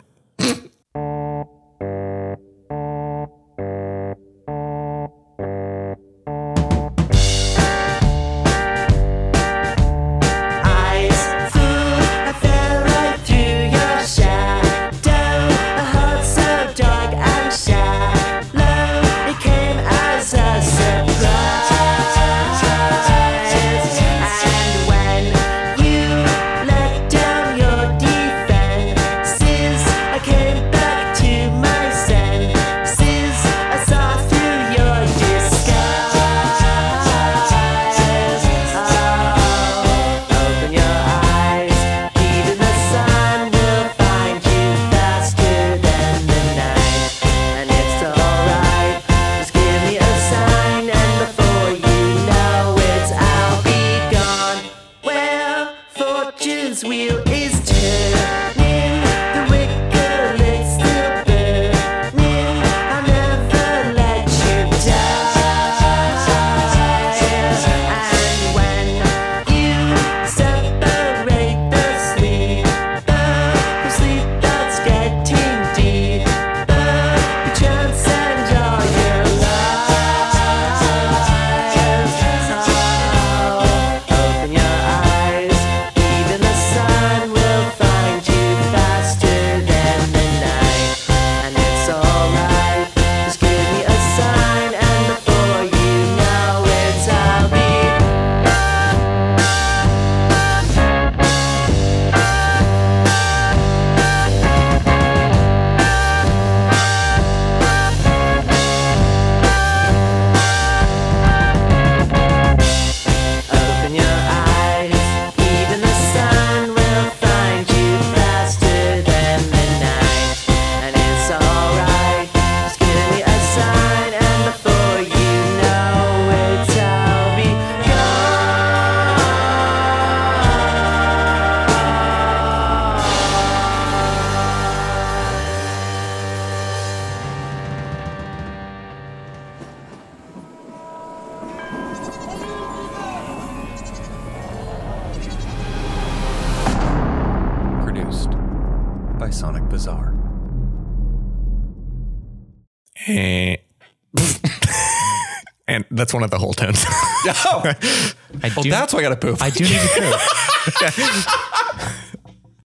Speaker 7: eyes full. I fell right through your shadow. A heart so dark and shallow. It came as a surprise. And when you let down your defenses, I came back to my senses. I saw through your disguise. Oh. Open your eyes, even the sun will find you faster than the night. And it's alright, just give me a sign and before
Speaker 3: by Sonic Bazaar.
Speaker 1: Eh. and that's one of the whole tones.
Speaker 3: Oh,
Speaker 2: I
Speaker 3: well,
Speaker 2: do.
Speaker 3: that's why I got to poop.
Speaker 2: I do need to poop.